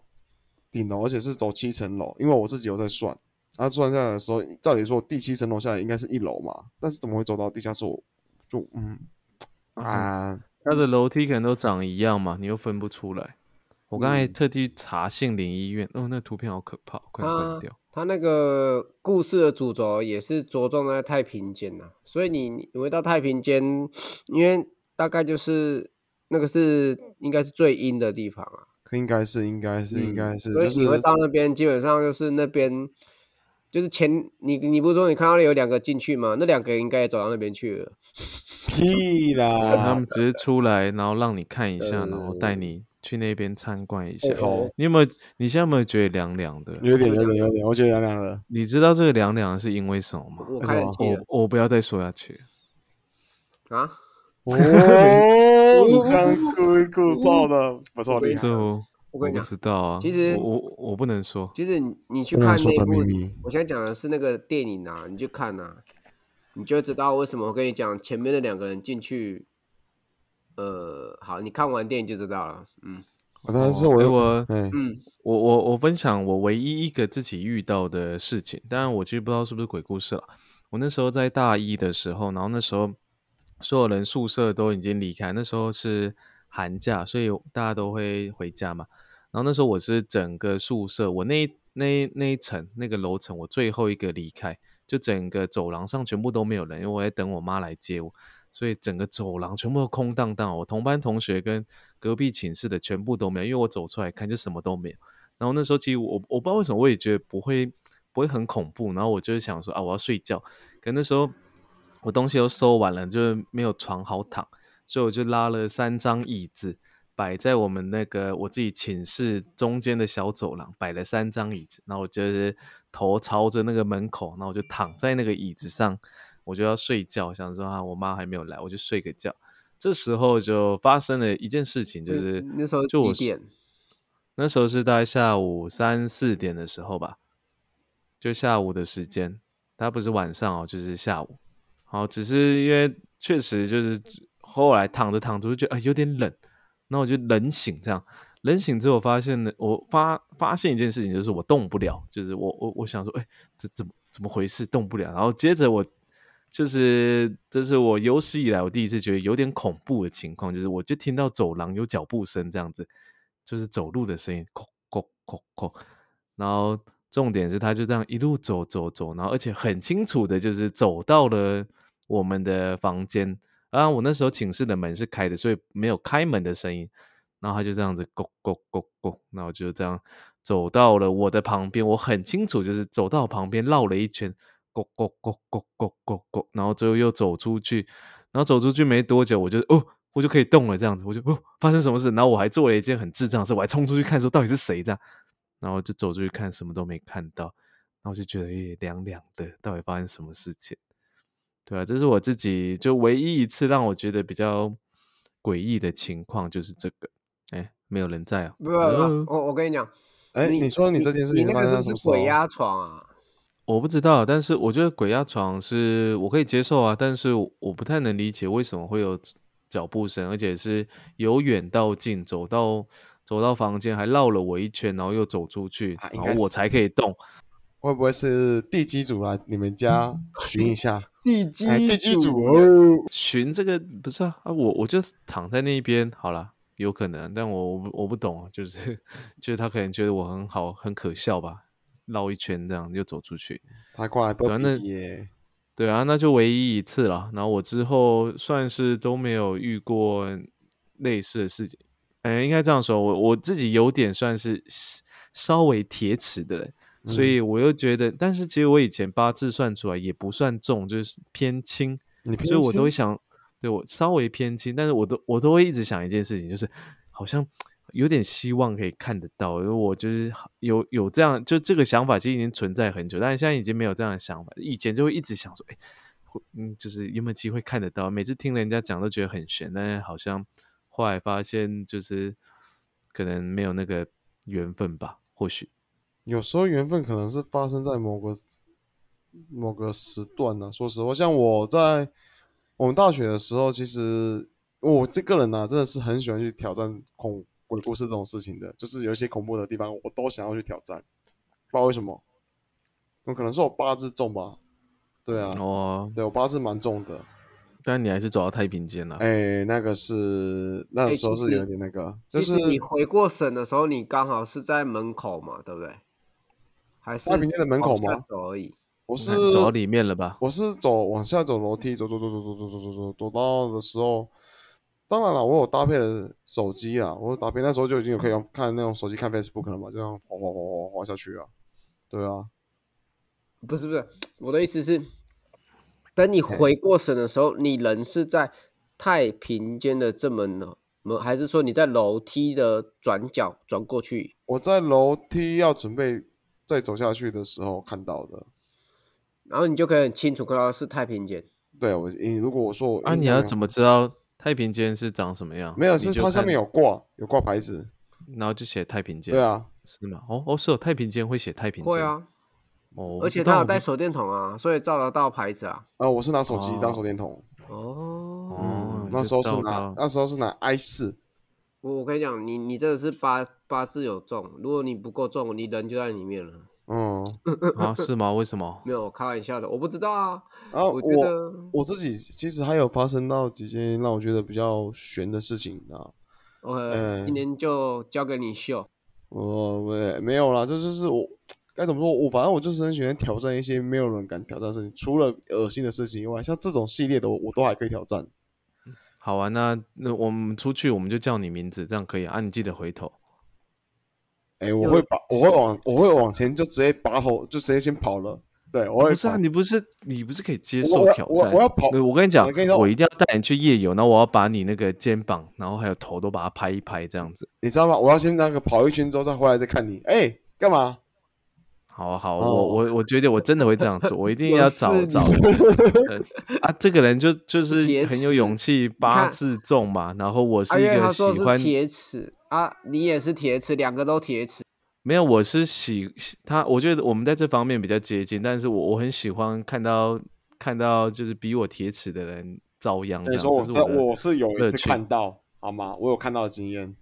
[SPEAKER 3] 顶楼，而且是走七层楼，因为我自己有在算，啊，算下来的时候，照理说第七层楼下来应该是一楼嘛，但是怎么会走到地下室？我就嗯啊。
[SPEAKER 1] 嗯
[SPEAKER 2] 它的楼梯可能都长一样嘛，你又分
[SPEAKER 3] 嗯
[SPEAKER 2] 不出来。我刚才特地查杏林医院，哦，那图片好可怕，快点关
[SPEAKER 3] 啊
[SPEAKER 1] 他
[SPEAKER 2] 掉。
[SPEAKER 1] 他那个故事的主轴也是着重在太平间呐、所以你你回到太平间，因为大概就是那个是应该是最阴的地方啊，
[SPEAKER 3] 可应该是应该是应该是，
[SPEAKER 1] 所以
[SPEAKER 3] 就
[SPEAKER 1] 嗯你会
[SPEAKER 3] 是
[SPEAKER 1] 到那边，基本上就是那边就是前你你不是说你看到有两个进去吗？那两个应该也走到那边去了。
[SPEAKER 3] 屁
[SPEAKER 2] 他
[SPEAKER 3] 啦
[SPEAKER 2] 们，只是出来，然后让你看一下，
[SPEAKER 1] 对
[SPEAKER 2] 然后
[SPEAKER 3] 呃
[SPEAKER 2] 带你去那边参观一下
[SPEAKER 3] 对
[SPEAKER 1] 哦
[SPEAKER 3] 头。
[SPEAKER 2] 你有没有？你现在有没有觉得凉凉的？
[SPEAKER 3] 哦有点有点有点，我觉得凉凉的。
[SPEAKER 2] 你知道这个凉凉是因为什么吗？
[SPEAKER 1] 我
[SPEAKER 3] 为
[SPEAKER 1] 开
[SPEAKER 3] 什
[SPEAKER 1] 冷
[SPEAKER 3] 么
[SPEAKER 1] 气了
[SPEAKER 2] 我我不要再说下去。
[SPEAKER 1] 啊，
[SPEAKER 3] 哦， 你这样故意故造的，不啊错，厉害。
[SPEAKER 2] 这我
[SPEAKER 1] 我跟你
[SPEAKER 2] 不
[SPEAKER 1] 讲，
[SPEAKER 2] 知道啊。
[SPEAKER 1] 其实
[SPEAKER 2] 我我我不能说。
[SPEAKER 1] 其实你你去
[SPEAKER 3] 不能
[SPEAKER 1] 看
[SPEAKER 3] 说
[SPEAKER 1] 那
[SPEAKER 3] 的
[SPEAKER 1] 部
[SPEAKER 3] 秘密，
[SPEAKER 1] 我现在讲的是那个电影啊，你去看啊，你就知道为什么我跟你讲前面的两个人进去。呃，好，你看完电影就知道了。嗯
[SPEAKER 3] 啊但是我
[SPEAKER 2] 哎
[SPEAKER 3] 又
[SPEAKER 2] 我
[SPEAKER 3] 哎，
[SPEAKER 1] 嗯，
[SPEAKER 2] 我我我分享我唯一一个自己遇到的事情，当然我其实不知道是不是鬼故事了。我那时候在大一的时候，然后那时候所有人宿舍都已经离开，那时候是寒假，所以大家都会回家嘛。然后那时候我是整个宿舍，我那一那一那一层那个楼层，我最后一个离开，就整个走廊上全部都没有人，因为我在等我妈来接我，所以整个走廊全部都空荡荡。我同班同学跟隔壁寝室的全部都没有，因为我走出来看就什么都没有。然后那时候其实我我不知道为什么我也觉得不会不会很恐怖，然后我就是想说啊我要睡觉，可那时候我东西都收完了，就是没有床好躺，所以我就拉了三张椅子摆在我们那个我自己寝室中间的小走廊，摆了三张椅子，然后我就是头朝着那个门口，然后我就躺在那个椅子上，我就要睡觉，想说啊我妈还没有来，我就睡个觉。这时候就发生了一件事情，就
[SPEAKER 1] 那
[SPEAKER 2] 是
[SPEAKER 1] 那时候
[SPEAKER 2] 就我
[SPEAKER 1] 几点？
[SPEAKER 2] 那时候是大概下午三四点的时候吧，就下午的时间，它不是晚上哦，就是下午。好，只是因为确实就是后来躺着躺着就觉得哎有点冷，那我就冷醒这样。冷醒之后发现呢，我发发现一件事情，就是我动不了，就是我我我想说，哎，这怎么怎么回事，动不了。然后接着我就是这是我有史以来我第一次觉得有点恐怖的情况，就是我就听到走廊有脚步声这样子，就是走路的声音，叩叩叩叩。然后重点是，他就这样一路走走走，然后而且很清楚的，就是走到了我们的房间。啊，我那时候寝室的门是开的，所以没有开门的声音。然后他就这样子咕咕咕咕，那我就这样走到了我的旁边，我很清楚，就是走到我旁边绕了一圈，咕咕咕咕咕咕咕，然后最后又走出去，然后走出去没多久，我就哦，我就可以动了，这样子，我就哦，发生什么事？然后我还做了一件很智障的事，我还冲出去看说到底是谁这样，然后就走出去看，什么都没看到，然后就觉得有点凉凉的，到底发生什么事情？对啊，这是我自己就唯一一次让我觉得比较诡异的情况，就是这个，哎，没有人在啊，
[SPEAKER 1] 不不不，
[SPEAKER 2] 哦
[SPEAKER 1] 我我跟你讲，
[SPEAKER 3] 哎，你说你这件事情
[SPEAKER 1] 你
[SPEAKER 3] 是
[SPEAKER 1] 那
[SPEAKER 3] 发生
[SPEAKER 1] 个
[SPEAKER 3] 在
[SPEAKER 1] 是
[SPEAKER 3] 什
[SPEAKER 1] 不
[SPEAKER 3] 么
[SPEAKER 1] 是
[SPEAKER 3] 时候
[SPEAKER 1] 鬼？压床啊？
[SPEAKER 2] 我不知道，但是我觉得鬼压床是我可以接受啊，但是我我不太能理解为什么会有脚步声，而且是由远到近，走到走到房间还绕了我一圈，然后又走出去，
[SPEAKER 3] 啊应
[SPEAKER 2] 然
[SPEAKER 3] 该
[SPEAKER 2] 后我
[SPEAKER 3] 是
[SPEAKER 2] 才可以动。
[SPEAKER 3] 会不会是地基组来你们家寻一下？
[SPEAKER 1] 地基
[SPEAKER 3] 哎，地基组哦，
[SPEAKER 2] 寻这个不是啊啊，我我就躺在那边好了，有可能，但我我不我不懂啊，就是 就是他可能觉得我很好很可笑吧，绕一圈这样就走出去。
[SPEAKER 3] 他过来不
[SPEAKER 2] 对啊那
[SPEAKER 3] 比耶。
[SPEAKER 2] 对啊，那就唯一一次了。然后我之后算是都没有遇过类似的事情。嗯，应该这样说，我我自己有点算是稍稍微铁齿的人，所以我又觉得，但是其实我以前八字算出来也不算重，就是偏轻，
[SPEAKER 3] 你偏
[SPEAKER 2] 所以我
[SPEAKER 3] 心
[SPEAKER 2] 都会想，对我稍微偏轻，但是我都我都会一直想一件事情，就是好像有点希望可以看得到，因为我就是有有这样，就这个想法其实已经存在很久，但是现在已经没有这样的想法，以前就会一直想说，哎，会嗯，就是有没有机会看得到？每次听人家讲都觉得很悬，但是好像后来发现就是可能没有那个缘分吧，或许。
[SPEAKER 3] 有时候缘分可能是发生在某个某个时段呢、说实话，像我在我们大学的时候，其实我这个人呢、啊真的是很喜欢去挑战恐鬼故事这种事情的。就是有一些恐怖的地方，我都想要去挑战，不知道为什么。我可能是我八字重吧，对啊，
[SPEAKER 2] 哦，
[SPEAKER 3] 对我八字蛮重的。
[SPEAKER 2] 但你还是走到太平间了。
[SPEAKER 3] 哎，那个是那
[SPEAKER 1] 哎
[SPEAKER 3] 时候
[SPEAKER 1] 其
[SPEAKER 3] 是有
[SPEAKER 1] 实
[SPEAKER 3] 点那个，就
[SPEAKER 1] 其
[SPEAKER 3] 是
[SPEAKER 1] 实你回过神的时候，你刚好是在门口嘛，对不对？还是
[SPEAKER 3] 太平间的门口吗
[SPEAKER 1] 往下走而已。
[SPEAKER 3] 我是
[SPEAKER 2] 走到里面了吧？
[SPEAKER 3] 我是走往下走楼梯，走走走走走走走走走走到的时候，当然了，我有搭配的手机啊，我有搭配那时候就已经有可以用看那种手机看 Facebook 了嘛，就这样滑滑滑滑滑下去啊。对啊，
[SPEAKER 1] 不是不是，我的意思是，等你回过神的时候，你人是在太平间的正门呢，门还是说你在楼梯的转角转过去？
[SPEAKER 3] 我在楼梯要准备再走下去的时候看到的。
[SPEAKER 1] 然后你就可以很清楚看到是太平间。
[SPEAKER 3] 对我，你如果我说我
[SPEAKER 2] 啊，你要怎
[SPEAKER 3] 么
[SPEAKER 2] 么知道太平间是长什么样？
[SPEAKER 3] 没有？
[SPEAKER 2] 你
[SPEAKER 3] 是
[SPEAKER 2] 就
[SPEAKER 3] 它上
[SPEAKER 2] 看
[SPEAKER 3] 面，有挂有挂牌子。
[SPEAKER 2] 然后就写太平间，
[SPEAKER 3] 对，啊，
[SPEAKER 2] 是吗？哦哦，是有太平间会写太平间，
[SPEAKER 1] 会，啊，
[SPEAKER 2] 哦，
[SPEAKER 1] 而且
[SPEAKER 2] 他
[SPEAKER 1] 他有 带手电筒啊，所以照得到牌子啊。
[SPEAKER 3] 啊，我是拿手机
[SPEAKER 2] 哦
[SPEAKER 3] 当手电筒，
[SPEAKER 1] 哦，
[SPEAKER 2] 哦，
[SPEAKER 3] 那
[SPEAKER 2] 就
[SPEAKER 3] 时候是
[SPEAKER 2] 照
[SPEAKER 3] 拿
[SPEAKER 2] 到
[SPEAKER 3] 那时候是拿 i 四，
[SPEAKER 1] 我我跟你讲，你你真的是八八字有中，如果你不够中，你人就在里面了。
[SPEAKER 3] 嗯，
[SPEAKER 2] 啊，是吗？为什么？
[SPEAKER 1] 没有，我开玩笑的，我不知道啊。
[SPEAKER 3] 然后
[SPEAKER 1] 我
[SPEAKER 3] 我
[SPEAKER 1] 觉得
[SPEAKER 2] 哦
[SPEAKER 3] 我自己其实还有发生到几件让我觉得比较悬的事情啊。
[SPEAKER 1] ，OK，今
[SPEAKER 3] 嗯
[SPEAKER 1] 天就交给你秀。
[SPEAKER 3] 我我也没有啦，这就是我该怎么说？我反正我就是很喜欢挑战一些没有人敢挑战的事情，除了恶心的事情以外，像这种系列的我我都还可以挑战。
[SPEAKER 2] 好啊，那那我们出去我们就叫你名字，这样可以啊？啊你记得回头。
[SPEAKER 3] 哎、我会把我会往我会往前就直接拔头，就直接先跑了。对，我会
[SPEAKER 2] 不是啊，
[SPEAKER 3] 跑
[SPEAKER 2] 你不是你不是可以接
[SPEAKER 3] 我
[SPEAKER 2] 受
[SPEAKER 3] 我
[SPEAKER 2] 挑
[SPEAKER 3] 我
[SPEAKER 2] 战？
[SPEAKER 3] 我要跑
[SPEAKER 2] 对我跟你讲
[SPEAKER 3] 我跟你，说
[SPEAKER 2] 我一定要带你去夜游，然后我要把你那个肩膀，然后还有头都把它拍一拍，这样子。
[SPEAKER 3] 你知道吗？我要先那个跑一圈之后再回来再看你。哎、干嘛？
[SPEAKER 2] 好啊，好啊，
[SPEAKER 3] 哦
[SPEAKER 2] 我我我觉得我真的会这样做，我一定
[SPEAKER 1] 我
[SPEAKER 2] 要
[SPEAKER 1] 是
[SPEAKER 2] 找
[SPEAKER 1] 你
[SPEAKER 2] 找呃啊，这个人就就是
[SPEAKER 1] 铁
[SPEAKER 2] 很有
[SPEAKER 1] 齿
[SPEAKER 2] 勇气，八
[SPEAKER 1] 看
[SPEAKER 2] 字重嘛，然后我
[SPEAKER 1] 啊，
[SPEAKER 2] 是一
[SPEAKER 1] 因为
[SPEAKER 2] 个
[SPEAKER 1] 他
[SPEAKER 2] 喜
[SPEAKER 1] 说是
[SPEAKER 2] 欢
[SPEAKER 1] 铁齿啊，你也是铁齿，两个都铁齿。
[SPEAKER 2] 没有，我是喜喜他，我觉得我们在这方面比较接近，但是我我很喜欢看到看到就是比我铁齿的人遭殃这
[SPEAKER 3] 跟你
[SPEAKER 2] 样。
[SPEAKER 3] 说，我
[SPEAKER 2] 这
[SPEAKER 3] 在
[SPEAKER 2] 是我的
[SPEAKER 3] 我是有一
[SPEAKER 2] 乐
[SPEAKER 3] 次
[SPEAKER 2] 趣
[SPEAKER 3] 看到，好吗？我有看到的经验。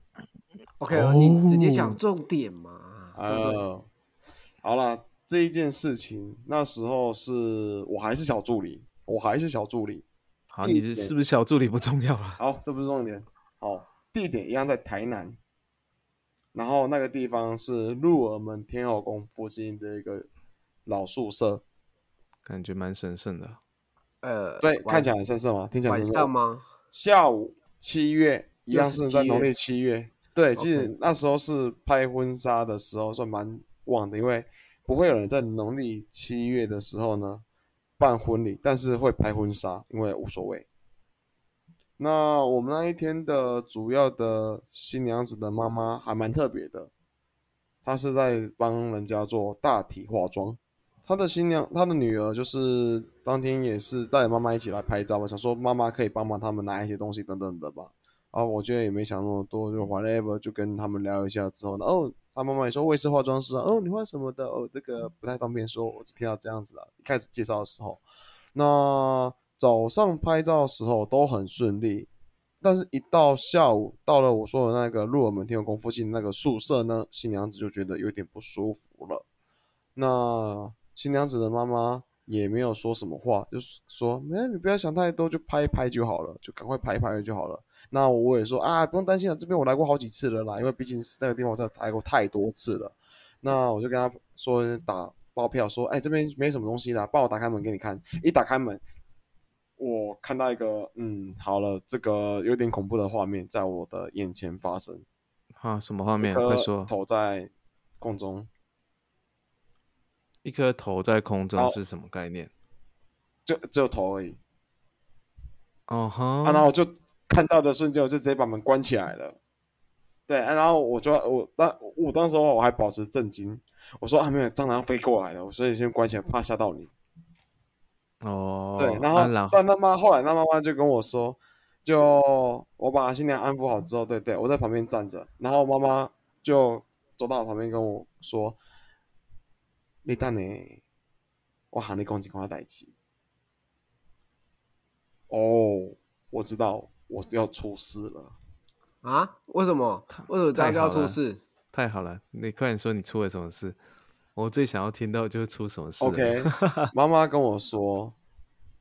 [SPEAKER 1] OK，、
[SPEAKER 2] 哦
[SPEAKER 1] 你直接讲重点嘛，对不对？
[SPEAKER 3] 呃，好啦，这一件事情那时候是我还是小助理，我还是小助理。
[SPEAKER 2] 好，
[SPEAKER 3] 地
[SPEAKER 2] 你是
[SPEAKER 3] 点
[SPEAKER 2] 是不是小助理不重要啊了？
[SPEAKER 3] 好，这不是重点。好，地点一样在台南，然后那个地方是鹿耳门天后宫附近的一个老宿舍。
[SPEAKER 2] 感觉蛮神圣的。
[SPEAKER 1] 呃，
[SPEAKER 3] 对，
[SPEAKER 1] 晚
[SPEAKER 3] 看起来很神圣吗？听起来很
[SPEAKER 1] 晚
[SPEAKER 3] 神
[SPEAKER 1] 上
[SPEAKER 3] 圣。
[SPEAKER 1] 吗？
[SPEAKER 3] 下午七月一
[SPEAKER 1] 又
[SPEAKER 3] 样
[SPEAKER 1] 是
[SPEAKER 3] 是在
[SPEAKER 1] 七
[SPEAKER 3] 农
[SPEAKER 1] 月
[SPEAKER 3] 历七月。对，其
[SPEAKER 1] OK
[SPEAKER 3] 实那时候是拍婚纱的时候算蛮旺的，因为不会有人在农历七月的时候呢办婚礼，但是会拍婚纱，因为无所谓。那我们那一天的主要的新娘子的妈妈还蛮特别的，她是在帮人家做大体化妆。她的新娘，她的女儿就是当天也是带着妈妈一起来拍照嘛，想说妈妈可以帮忙他们拿一些东西等等的吧。啊，我觉得也没想那么多，就 whatever，就跟他们聊一下之后呢，哦，他妈妈也说我也是化妆师啊，哦，你画什么的？哦，这个不太方便说，我只听到这样子啊。一开始介绍的时候，那早上拍照的时候都很顺利，但是一到下午，到了我说的那个鹿耳门天后宫附近那个宿舍呢，新娘子就觉得有点不舒服了。那新娘子的妈妈也没有说什么话，就是说，没有，你不要想太多，就拍一拍就好了，就赶快拍一拍就好了。那我也说啊，不用担心了，这边我来过好几次了啦，因为毕竟是那个地方我真的来过太多次了。那我就跟他说打包票，说，哎，这边没什么东西啦，帮我打开门给你看。一打开门，我看到一个，嗯，好了，这个有点恐怖的画面在我的眼前发生，
[SPEAKER 2] 啊，什么画面？快
[SPEAKER 3] 呃，
[SPEAKER 2] 说！
[SPEAKER 3] 头在空中，
[SPEAKER 2] 一颗头在空中
[SPEAKER 3] 好
[SPEAKER 2] 是什么概念？
[SPEAKER 3] 就只有头而已。
[SPEAKER 2] 哦哈
[SPEAKER 3] 啊，，然后我就看到的瞬间，我就直接把门关起来了。对，啊、然后我就我当我当时候我还保持震惊，我说啊没有蟑螂飞过来了，所以先关起来，怕吓到你。
[SPEAKER 2] 哦，
[SPEAKER 3] 对，然
[SPEAKER 2] 啊
[SPEAKER 3] 后但他妈后来他妈妈就跟我说，就我把新娘安抚好之后，对对，我在旁边站着，然后妈妈就走到我旁边跟我说：“你等你，我喊你讲一件代志。”哦，我知道我要出事了。
[SPEAKER 1] 啊？为什么？为什么这样就要
[SPEAKER 2] 太好
[SPEAKER 1] 出
[SPEAKER 2] 了
[SPEAKER 1] 事？
[SPEAKER 2] 太好了，你快点说你出了什么事？ 我最想要听到就是出什么事了。
[SPEAKER 3] OK，妈妈跟我说，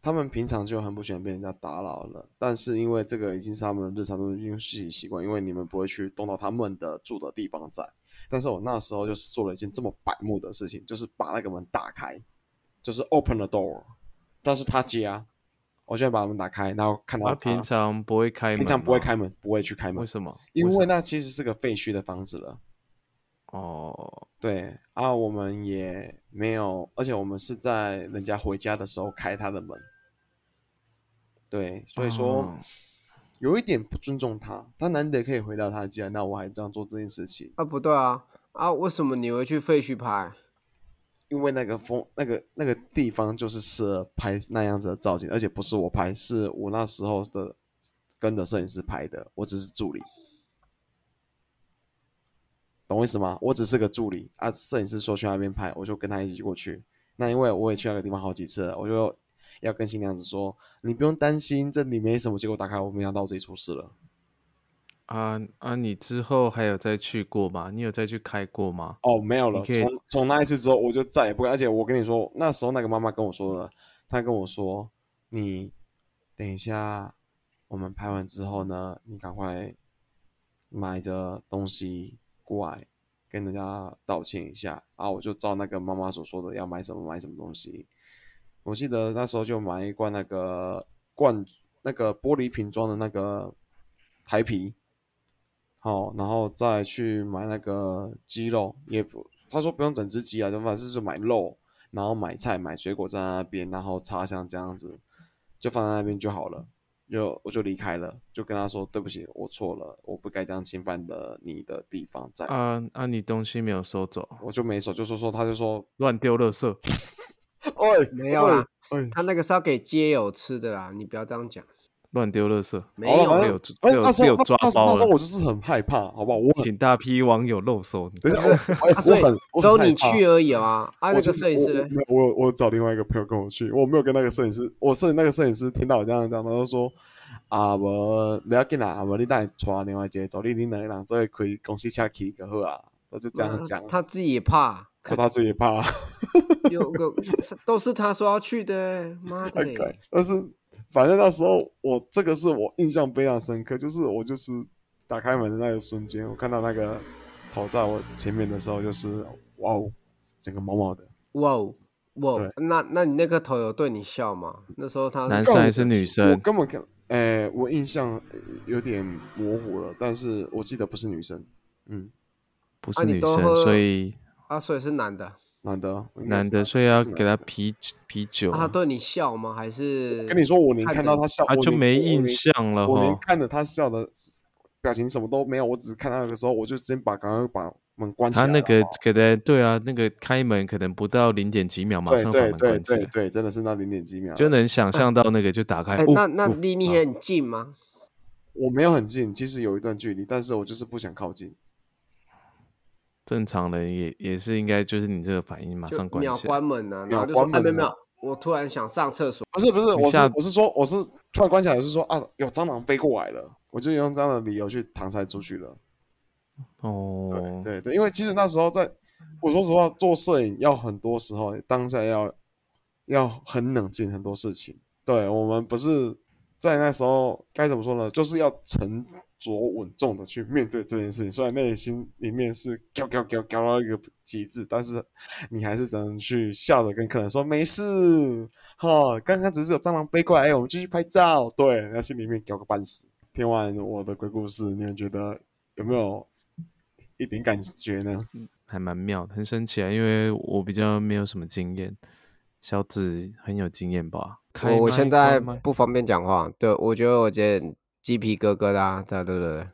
[SPEAKER 3] 他们平常就很不喜欢被人家打扰了，但是因为这个已经是他们日常中的用自己习惯，因为你们不会去动到他们的住的地方在。但是我那时候就是做了一件这么百目的事情，就是把那个门打开，就是 open the door，但是他家，我现在把门打开，然后看到
[SPEAKER 2] 他
[SPEAKER 3] 他
[SPEAKER 2] 平常不会开门吗，
[SPEAKER 3] 平常不会开门，不会去开门
[SPEAKER 2] 为，什么？
[SPEAKER 3] 因
[SPEAKER 2] 什么
[SPEAKER 3] 为那其实是个废墟的房子了。
[SPEAKER 2] 哦，
[SPEAKER 3] 对啊，我们也没有，而且我们是在人家回家的时候开他的门，对，所以说
[SPEAKER 2] 哦
[SPEAKER 3] 有一点不尊重他。他难得可以回到他家，那我还这样做这件事情，
[SPEAKER 1] 啊，不对啊啊，为什么你会去废墟拍？
[SPEAKER 3] 因为那个风，那个那个地方就是适合拍那样子的造景，而且不是我拍，是我那时候的跟着摄影师拍的，我只是助理，懂我意思吗？我只是个助理啊，摄影师说去那边拍，我就跟他一起过去。那因为我也去那个地方好几次了，我就要跟新娘子说，你不用担心，这里没什么。结果打开，我没想到我自己出事了。
[SPEAKER 2] 啊啊，你之后还有再去过吗？你有再去开过吗？
[SPEAKER 3] 哦，没有了。
[SPEAKER 2] 你可以
[SPEAKER 3] 从从那一次之后，我就再也不敢。而且我跟你说，那时候那个妈妈跟我说的，她跟我说：“你等一下，我们拍完之后呢，你赶快买着东西过来，跟人家道歉一下。”啊，我就照那个妈妈所说的，要买什么买什么东西。我记得那时候就买一罐那个罐那个玻璃瓶装的那个台啤，好，然后再去买那个鸡肉，也不，他说不用整只鸡啊，就反正就是买肉，然后买菜、买水果在那边，然后插香这样子，就放在那边就好了。就我就离开了，就跟他说对不起，我错了，我不该这样侵犯的你的地方在，
[SPEAKER 2] 啊啊，你东西没有收走，
[SPEAKER 3] 我就没手，就说说，他就说，
[SPEAKER 2] 乱丢垃圾。
[SPEAKER 3] 哎，
[SPEAKER 1] 没有啦，
[SPEAKER 3] 哎，哎
[SPEAKER 1] 他那个是要给街友吃的啦，你不要这样讲。
[SPEAKER 2] 乱丢垃圾，
[SPEAKER 1] 没
[SPEAKER 3] 好了
[SPEAKER 1] 有啦，
[SPEAKER 2] 被有被
[SPEAKER 3] 反正哎，
[SPEAKER 2] 有
[SPEAKER 3] 那时
[SPEAKER 2] 被有
[SPEAKER 3] 候
[SPEAKER 2] 抓
[SPEAKER 3] 那那时候
[SPEAKER 2] 包
[SPEAKER 3] 那时候
[SPEAKER 2] 了，
[SPEAKER 3] 我就是很害怕，好不好？我很，
[SPEAKER 2] 请大批网友肉搜你。
[SPEAKER 3] 等一下，我哎
[SPEAKER 1] 啊所以
[SPEAKER 3] 我很，我
[SPEAKER 1] 只有
[SPEAKER 3] 很害
[SPEAKER 1] 你
[SPEAKER 3] 怕
[SPEAKER 1] 去而已啊。啊，
[SPEAKER 3] 我
[SPEAKER 1] 那
[SPEAKER 3] 其
[SPEAKER 1] 个
[SPEAKER 3] 实
[SPEAKER 1] 摄影师
[SPEAKER 3] 我
[SPEAKER 1] 嘞
[SPEAKER 3] 我没有我有我有找另外一个朋友跟我去，我没有跟那个摄影师，我摄影那个摄影师听到我这样这样，他就说啊无不要紧啦，啊无你带带另外一个助理，你两个人做伙开公司车去就好啊，他就这样讲，
[SPEAKER 1] 嗯他自己也 怕，
[SPEAKER 3] 可他自己也怕，
[SPEAKER 1] 有个 都是他说要去的欸，妈的
[SPEAKER 3] 很
[SPEAKER 1] 嘞！
[SPEAKER 3] 可爱但是反正那时候我这个是我印象非常深刻，就是我就是打开门的那个瞬间，我看到那个头在我前面的时候，就是哇哦，整个毛毛的，
[SPEAKER 1] 哇哦哇哦，
[SPEAKER 3] 对
[SPEAKER 1] 那那你那个头有对你笑吗？那时候他
[SPEAKER 2] 男
[SPEAKER 1] 是
[SPEAKER 2] 生还是女
[SPEAKER 3] 我
[SPEAKER 2] 生？
[SPEAKER 3] 根本看，哎、我印象呃有点模糊了，但是我记得不是女生，嗯，
[SPEAKER 2] 不
[SPEAKER 1] 啊
[SPEAKER 2] 是
[SPEAKER 1] 你
[SPEAKER 2] 女
[SPEAKER 1] 都
[SPEAKER 2] 生，
[SPEAKER 1] 喝
[SPEAKER 2] 所以
[SPEAKER 1] 啊，所以是男的。
[SPEAKER 3] 男的，哦应该是
[SPEAKER 2] 男的，所以要
[SPEAKER 3] 是男
[SPEAKER 2] 给他啤酒啤酒，
[SPEAKER 1] 啊他对你笑吗？还是
[SPEAKER 3] 跟你说，我连
[SPEAKER 1] 看
[SPEAKER 3] 看
[SPEAKER 1] 着
[SPEAKER 3] 到他笑，
[SPEAKER 2] 他
[SPEAKER 3] 我
[SPEAKER 2] 就
[SPEAKER 3] 连
[SPEAKER 2] 没
[SPEAKER 3] 我
[SPEAKER 2] 印
[SPEAKER 3] 连
[SPEAKER 2] 象了
[SPEAKER 3] 我连
[SPEAKER 2] 哈。
[SPEAKER 3] 看着他笑的表情什么都没有，我只是看到那个时候，我就先把赶快把门关起来
[SPEAKER 2] 他
[SPEAKER 3] 了。
[SPEAKER 2] 那个可能对啊，那个开门可能不到零点几秒，马
[SPEAKER 3] 对
[SPEAKER 2] 上把
[SPEAKER 3] 对
[SPEAKER 2] 门
[SPEAKER 3] 对
[SPEAKER 2] 关起
[SPEAKER 3] 对啊
[SPEAKER 2] 来，
[SPEAKER 3] 对，真的是那零点几秒，
[SPEAKER 2] 就能想象到那个就打开。
[SPEAKER 1] 哎
[SPEAKER 2] 哦，
[SPEAKER 1] 那那
[SPEAKER 2] 哦
[SPEAKER 1] 离你很近吗？
[SPEAKER 3] 我没有很近，其实有一段距离，但是我就是不想靠近。
[SPEAKER 2] 正常人也也是应该就是你这个反应马
[SPEAKER 1] 就
[SPEAKER 2] 上关
[SPEAKER 1] 秒
[SPEAKER 2] 起来。
[SPEAKER 1] 关门啊，然
[SPEAKER 3] 秒
[SPEAKER 1] 后就说
[SPEAKER 3] 关
[SPEAKER 1] 哎没有
[SPEAKER 3] 门
[SPEAKER 1] 没
[SPEAKER 3] 啊
[SPEAKER 1] 有，我突然想上厕所。
[SPEAKER 3] 不是不是，
[SPEAKER 2] 你
[SPEAKER 3] 我是
[SPEAKER 2] 下
[SPEAKER 3] 我是说我是突然关起来，是说啊有蟑螂飞过来了，我就用这样的理由去搪塞出去了。
[SPEAKER 2] 哦，
[SPEAKER 3] 对对，因为其实那时候在，我说实话，做摄影要很多时候当下要要很冷静很多事情。对我们不是在那时候该怎么说呢？就是要沉着稳重的去面对这件事情。虽然内心里面是高高高高到一个极致，但是你还是只能去笑着跟客人说没事。哈、刚刚只是有蟑螂飞过来，我们继续拍照。对，那心里面搞个半死。听完我的鬼故事，你们觉得有没有一点感觉呢？
[SPEAKER 2] 还蛮妙的，很神奇啊，因为我比较没有什么经验，小紫很有经验吧？开
[SPEAKER 1] 我我
[SPEAKER 2] 麦
[SPEAKER 1] 现在
[SPEAKER 2] 关麦
[SPEAKER 1] 不方便讲话，对我觉得我有点鸡皮疙疙瘩，对对对。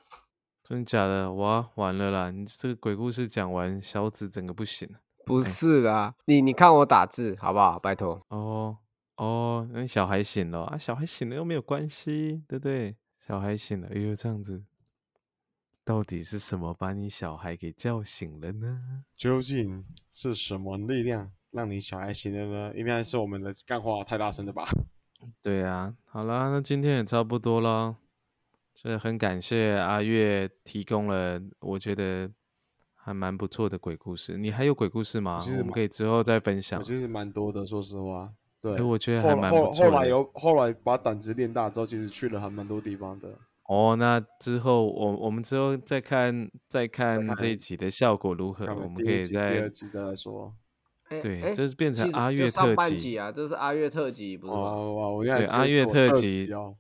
[SPEAKER 2] 真的假的？哇，完了啦！你这个鬼故事讲完，小紫整个不行了。
[SPEAKER 1] 不
[SPEAKER 2] 哎
[SPEAKER 1] 是啦，你你看我打字好不好？拜托，
[SPEAKER 2] 哦哦，那小孩醒了啊，小孩醒了又没有关系，对不对？小孩醒了，哎呦，这样子，到底是什么把你小孩给叫醒了呢？
[SPEAKER 3] 究竟是什么力量让你小孩醒了呢？应该是我们的干话太大声了吧？
[SPEAKER 2] 对啊，好啦，那今天也差不多啦。所以很感谢阿月提供了，我觉得还蛮不错的鬼故事。你还有鬼故事吗
[SPEAKER 3] 其？
[SPEAKER 2] 我
[SPEAKER 3] 实
[SPEAKER 2] 们
[SPEAKER 3] 蛮
[SPEAKER 2] 可以之后再分享
[SPEAKER 3] 我。其实蛮多的，说实话，对，
[SPEAKER 2] 啊哎我觉得
[SPEAKER 3] 后
[SPEAKER 2] 还
[SPEAKER 3] 来
[SPEAKER 2] 蛮
[SPEAKER 3] 后
[SPEAKER 2] 不错
[SPEAKER 3] 后
[SPEAKER 2] 的
[SPEAKER 3] 来有后来把胆子练大之后，其实去了还蛮多地方的。
[SPEAKER 2] 哦，那之后我我们之后再看再看这一集的效果如何，
[SPEAKER 3] 看
[SPEAKER 2] 我们
[SPEAKER 3] 第
[SPEAKER 2] 可
[SPEAKER 3] 一
[SPEAKER 2] 以
[SPEAKER 3] 集、第二
[SPEAKER 2] 再
[SPEAKER 3] 集再来说。
[SPEAKER 1] 哎
[SPEAKER 2] 对
[SPEAKER 1] 哎
[SPEAKER 2] 这是变成
[SPEAKER 1] 其实
[SPEAKER 2] 阿
[SPEAKER 1] 就
[SPEAKER 2] 月特
[SPEAKER 1] 上半
[SPEAKER 2] 集
[SPEAKER 1] 集啊，这是阿月特集，不是吗？
[SPEAKER 3] 哦，哇，我原来
[SPEAKER 2] 对
[SPEAKER 3] 这
[SPEAKER 2] 阿
[SPEAKER 3] 是
[SPEAKER 2] 月
[SPEAKER 3] 我
[SPEAKER 2] 特
[SPEAKER 3] 特
[SPEAKER 2] 辑
[SPEAKER 3] 哦，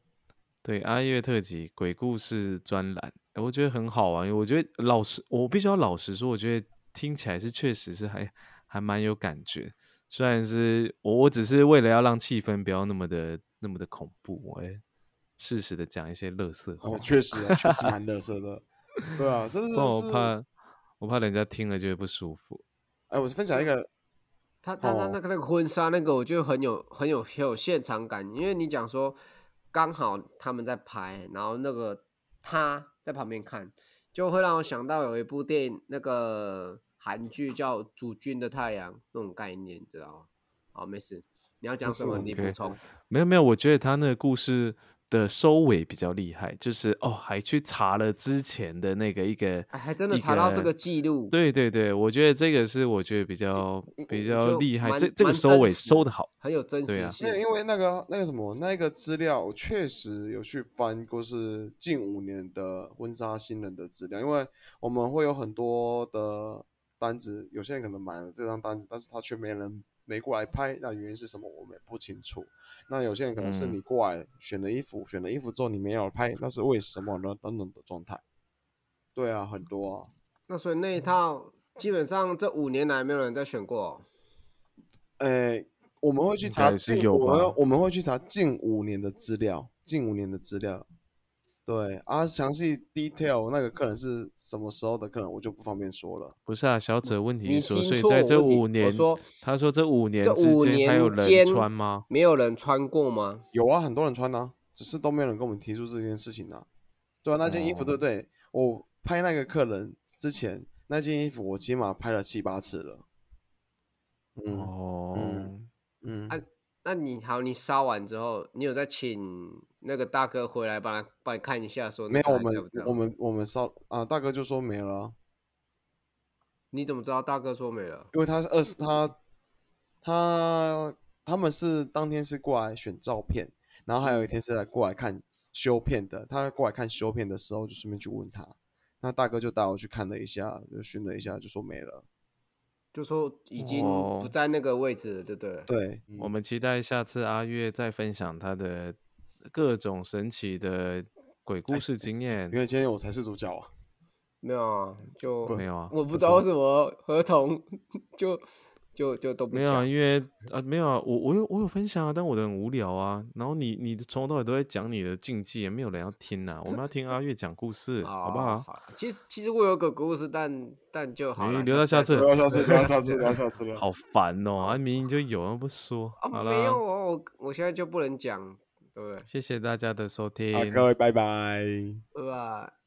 [SPEAKER 2] 对阿月特辑鬼故事专栏，哎我觉得很好玩。因为我觉得老实，我必须要老实说，我觉得听起来是确实是还还蛮有感觉。虽然是我我只是为了要让气氛不要那么的那么的恐怖，我会适时的讲一些乐色话。
[SPEAKER 3] 哦，确实啊，确实蛮乐 色的。对啊，这是
[SPEAKER 2] 不然我
[SPEAKER 3] 是，
[SPEAKER 2] 怕我怕人家听了就会不舒服。
[SPEAKER 3] 哎，我分享一个，
[SPEAKER 1] 他他他
[SPEAKER 3] 哦
[SPEAKER 1] 那个那个婚纱那个，我觉得很有很有很有现场感，因为你讲说刚好他们在拍，然后那个他在旁边看，就会让我想到有一部电影，那个韩剧叫《主君的太阳》那种概念，你知道吗？好，没事，你要讲
[SPEAKER 3] 不是
[SPEAKER 1] 什么
[SPEAKER 3] 我
[SPEAKER 1] 你
[SPEAKER 2] 可以
[SPEAKER 1] 补充。
[SPEAKER 2] 没有没有，我觉得他那个故事的收尾比较厉害，就是哦，还去查了之前的那个一个，
[SPEAKER 1] 哎，还真的
[SPEAKER 2] 一
[SPEAKER 1] 查到这
[SPEAKER 2] 个
[SPEAKER 1] 个记录，
[SPEAKER 2] 对对对，我觉得这个是我觉得比较
[SPEAKER 1] 我
[SPEAKER 2] 比
[SPEAKER 1] 我
[SPEAKER 2] 较
[SPEAKER 1] 嗯就
[SPEAKER 2] 厉害，
[SPEAKER 1] 蛮
[SPEAKER 2] 这这个
[SPEAKER 1] 蛮
[SPEAKER 2] 收
[SPEAKER 1] 真
[SPEAKER 2] 尾
[SPEAKER 1] 实
[SPEAKER 2] 收的好。
[SPEAKER 1] 很有真
[SPEAKER 2] 对
[SPEAKER 1] 实
[SPEAKER 2] 啊
[SPEAKER 1] 性
[SPEAKER 3] 那。因为那个那个什么，那个资料我确实有去翻过，是近五年的婚纱新人的资料，因为我们会有很多的单子，有些人可能买了这张单子，但是他却没人没过来拍，那原因是什么，我们也不清楚。那有些人可能是
[SPEAKER 2] 嗯
[SPEAKER 3] 你过来选了衣服，选了衣服之后你没有拍，那是为什么呢？等等的状态。对啊，很多啊。
[SPEAKER 1] 那所以那一套基本上这五年来没有人在选过哦、
[SPEAKER 3] 呃，我们会去
[SPEAKER 2] 应
[SPEAKER 3] 查
[SPEAKER 2] 该是
[SPEAKER 3] 近，
[SPEAKER 2] 有
[SPEAKER 3] 我
[SPEAKER 2] 吧
[SPEAKER 3] 们我们会去查近五年的资料，近五年的资料。对啊，详细 detail 那个客人是什么时候的客人，我就不方便说了。
[SPEAKER 2] 不是啊，小紫的问题
[SPEAKER 1] 你
[SPEAKER 2] 是说，
[SPEAKER 1] 听
[SPEAKER 2] 所以
[SPEAKER 1] 错
[SPEAKER 2] 在
[SPEAKER 1] 我
[SPEAKER 2] 这
[SPEAKER 1] 问题
[SPEAKER 2] 五
[SPEAKER 1] 我
[SPEAKER 2] 年，
[SPEAKER 1] 说
[SPEAKER 2] 他说这五年
[SPEAKER 1] 这
[SPEAKER 2] 之
[SPEAKER 1] 五
[SPEAKER 2] 间还有
[SPEAKER 1] 年
[SPEAKER 2] 人
[SPEAKER 1] 间
[SPEAKER 2] 穿吗？
[SPEAKER 1] 没有人穿过吗？
[SPEAKER 3] 有啊，很多人穿啊，只是都没有人跟我们提出这件事情啊。对啊，那件衣
[SPEAKER 2] 哦
[SPEAKER 3] 服对不对？我拍那个客人之前，那件衣服我起码拍了七八次了。嗯
[SPEAKER 2] 哦，
[SPEAKER 3] 嗯，
[SPEAKER 1] 啊那你好，你烧完之后，你有再请那个大哥回来帮他帮你看一下说
[SPEAKER 3] 没
[SPEAKER 1] 那
[SPEAKER 3] 有，
[SPEAKER 1] 个
[SPEAKER 3] 我
[SPEAKER 1] 还在
[SPEAKER 3] 们
[SPEAKER 1] 不在
[SPEAKER 3] 我们我们烧啊，大哥就说没了啊、
[SPEAKER 1] 你怎么知道大哥说没了？
[SPEAKER 3] 因为他是二十，他他他们是当天是过来选照片，然后还有一天是来过来看修片的。他过来看修片的时候，就顺便去问他，那大哥就带我去看了一下，就熏了一下，就说没了。
[SPEAKER 1] 就说已经
[SPEAKER 2] 哦
[SPEAKER 1] 不在那个位置了，对不对？
[SPEAKER 3] 对，
[SPEAKER 2] 我
[SPEAKER 1] 嗯
[SPEAKER 2] 们期待下次阿月再分享他的各种神奇的鬼故事经验
[SPEAKER 3] 因。为今天我才是主角啊。
[SPEAKER 1] 没有啊，就
[SPEAKER 2] 没有啊
[SPEAKER 1] 我不知道为什么合同 就就就都不
[SPEAKER 2] 没有啊，
[SPEAKER 1] 讲。
[SPEAKER 2] 因为啊、没有啊，我我有我有分享啊，但我的很无聊啊。然后你你从头到尾都在讲你的禁忌，也没有人要听啊。我们要听阿月讲故事，好不
[SPEAKER 1] 哦
[SPEAKER 2] 好？
[SPEAKER 1] 好啦其实其实我有个故事，但但就好
[SPEAKER 2] 你
[SPEAKER 1] 了。
[SPEAKER 2] 留到下次
[SPEAKER 3] 不要下次，不要下次，不要下次了。
[SPEAKER 2] 好烦哦，啊明明就有，啊不说。
[SPEAKER 1] 啊，
[SPEAKER 2] 好
[SPEAKER 1] 没有
[SPEAKER 2] 啦，
[SPEAKER 1] 哦，我我现在就不能讲，对不对？
[SPEAKER 2] 谢谢大家的收听。
[SPEAKER 3] 好，各位，拜拜。
[SPEAKER 1] 对吧？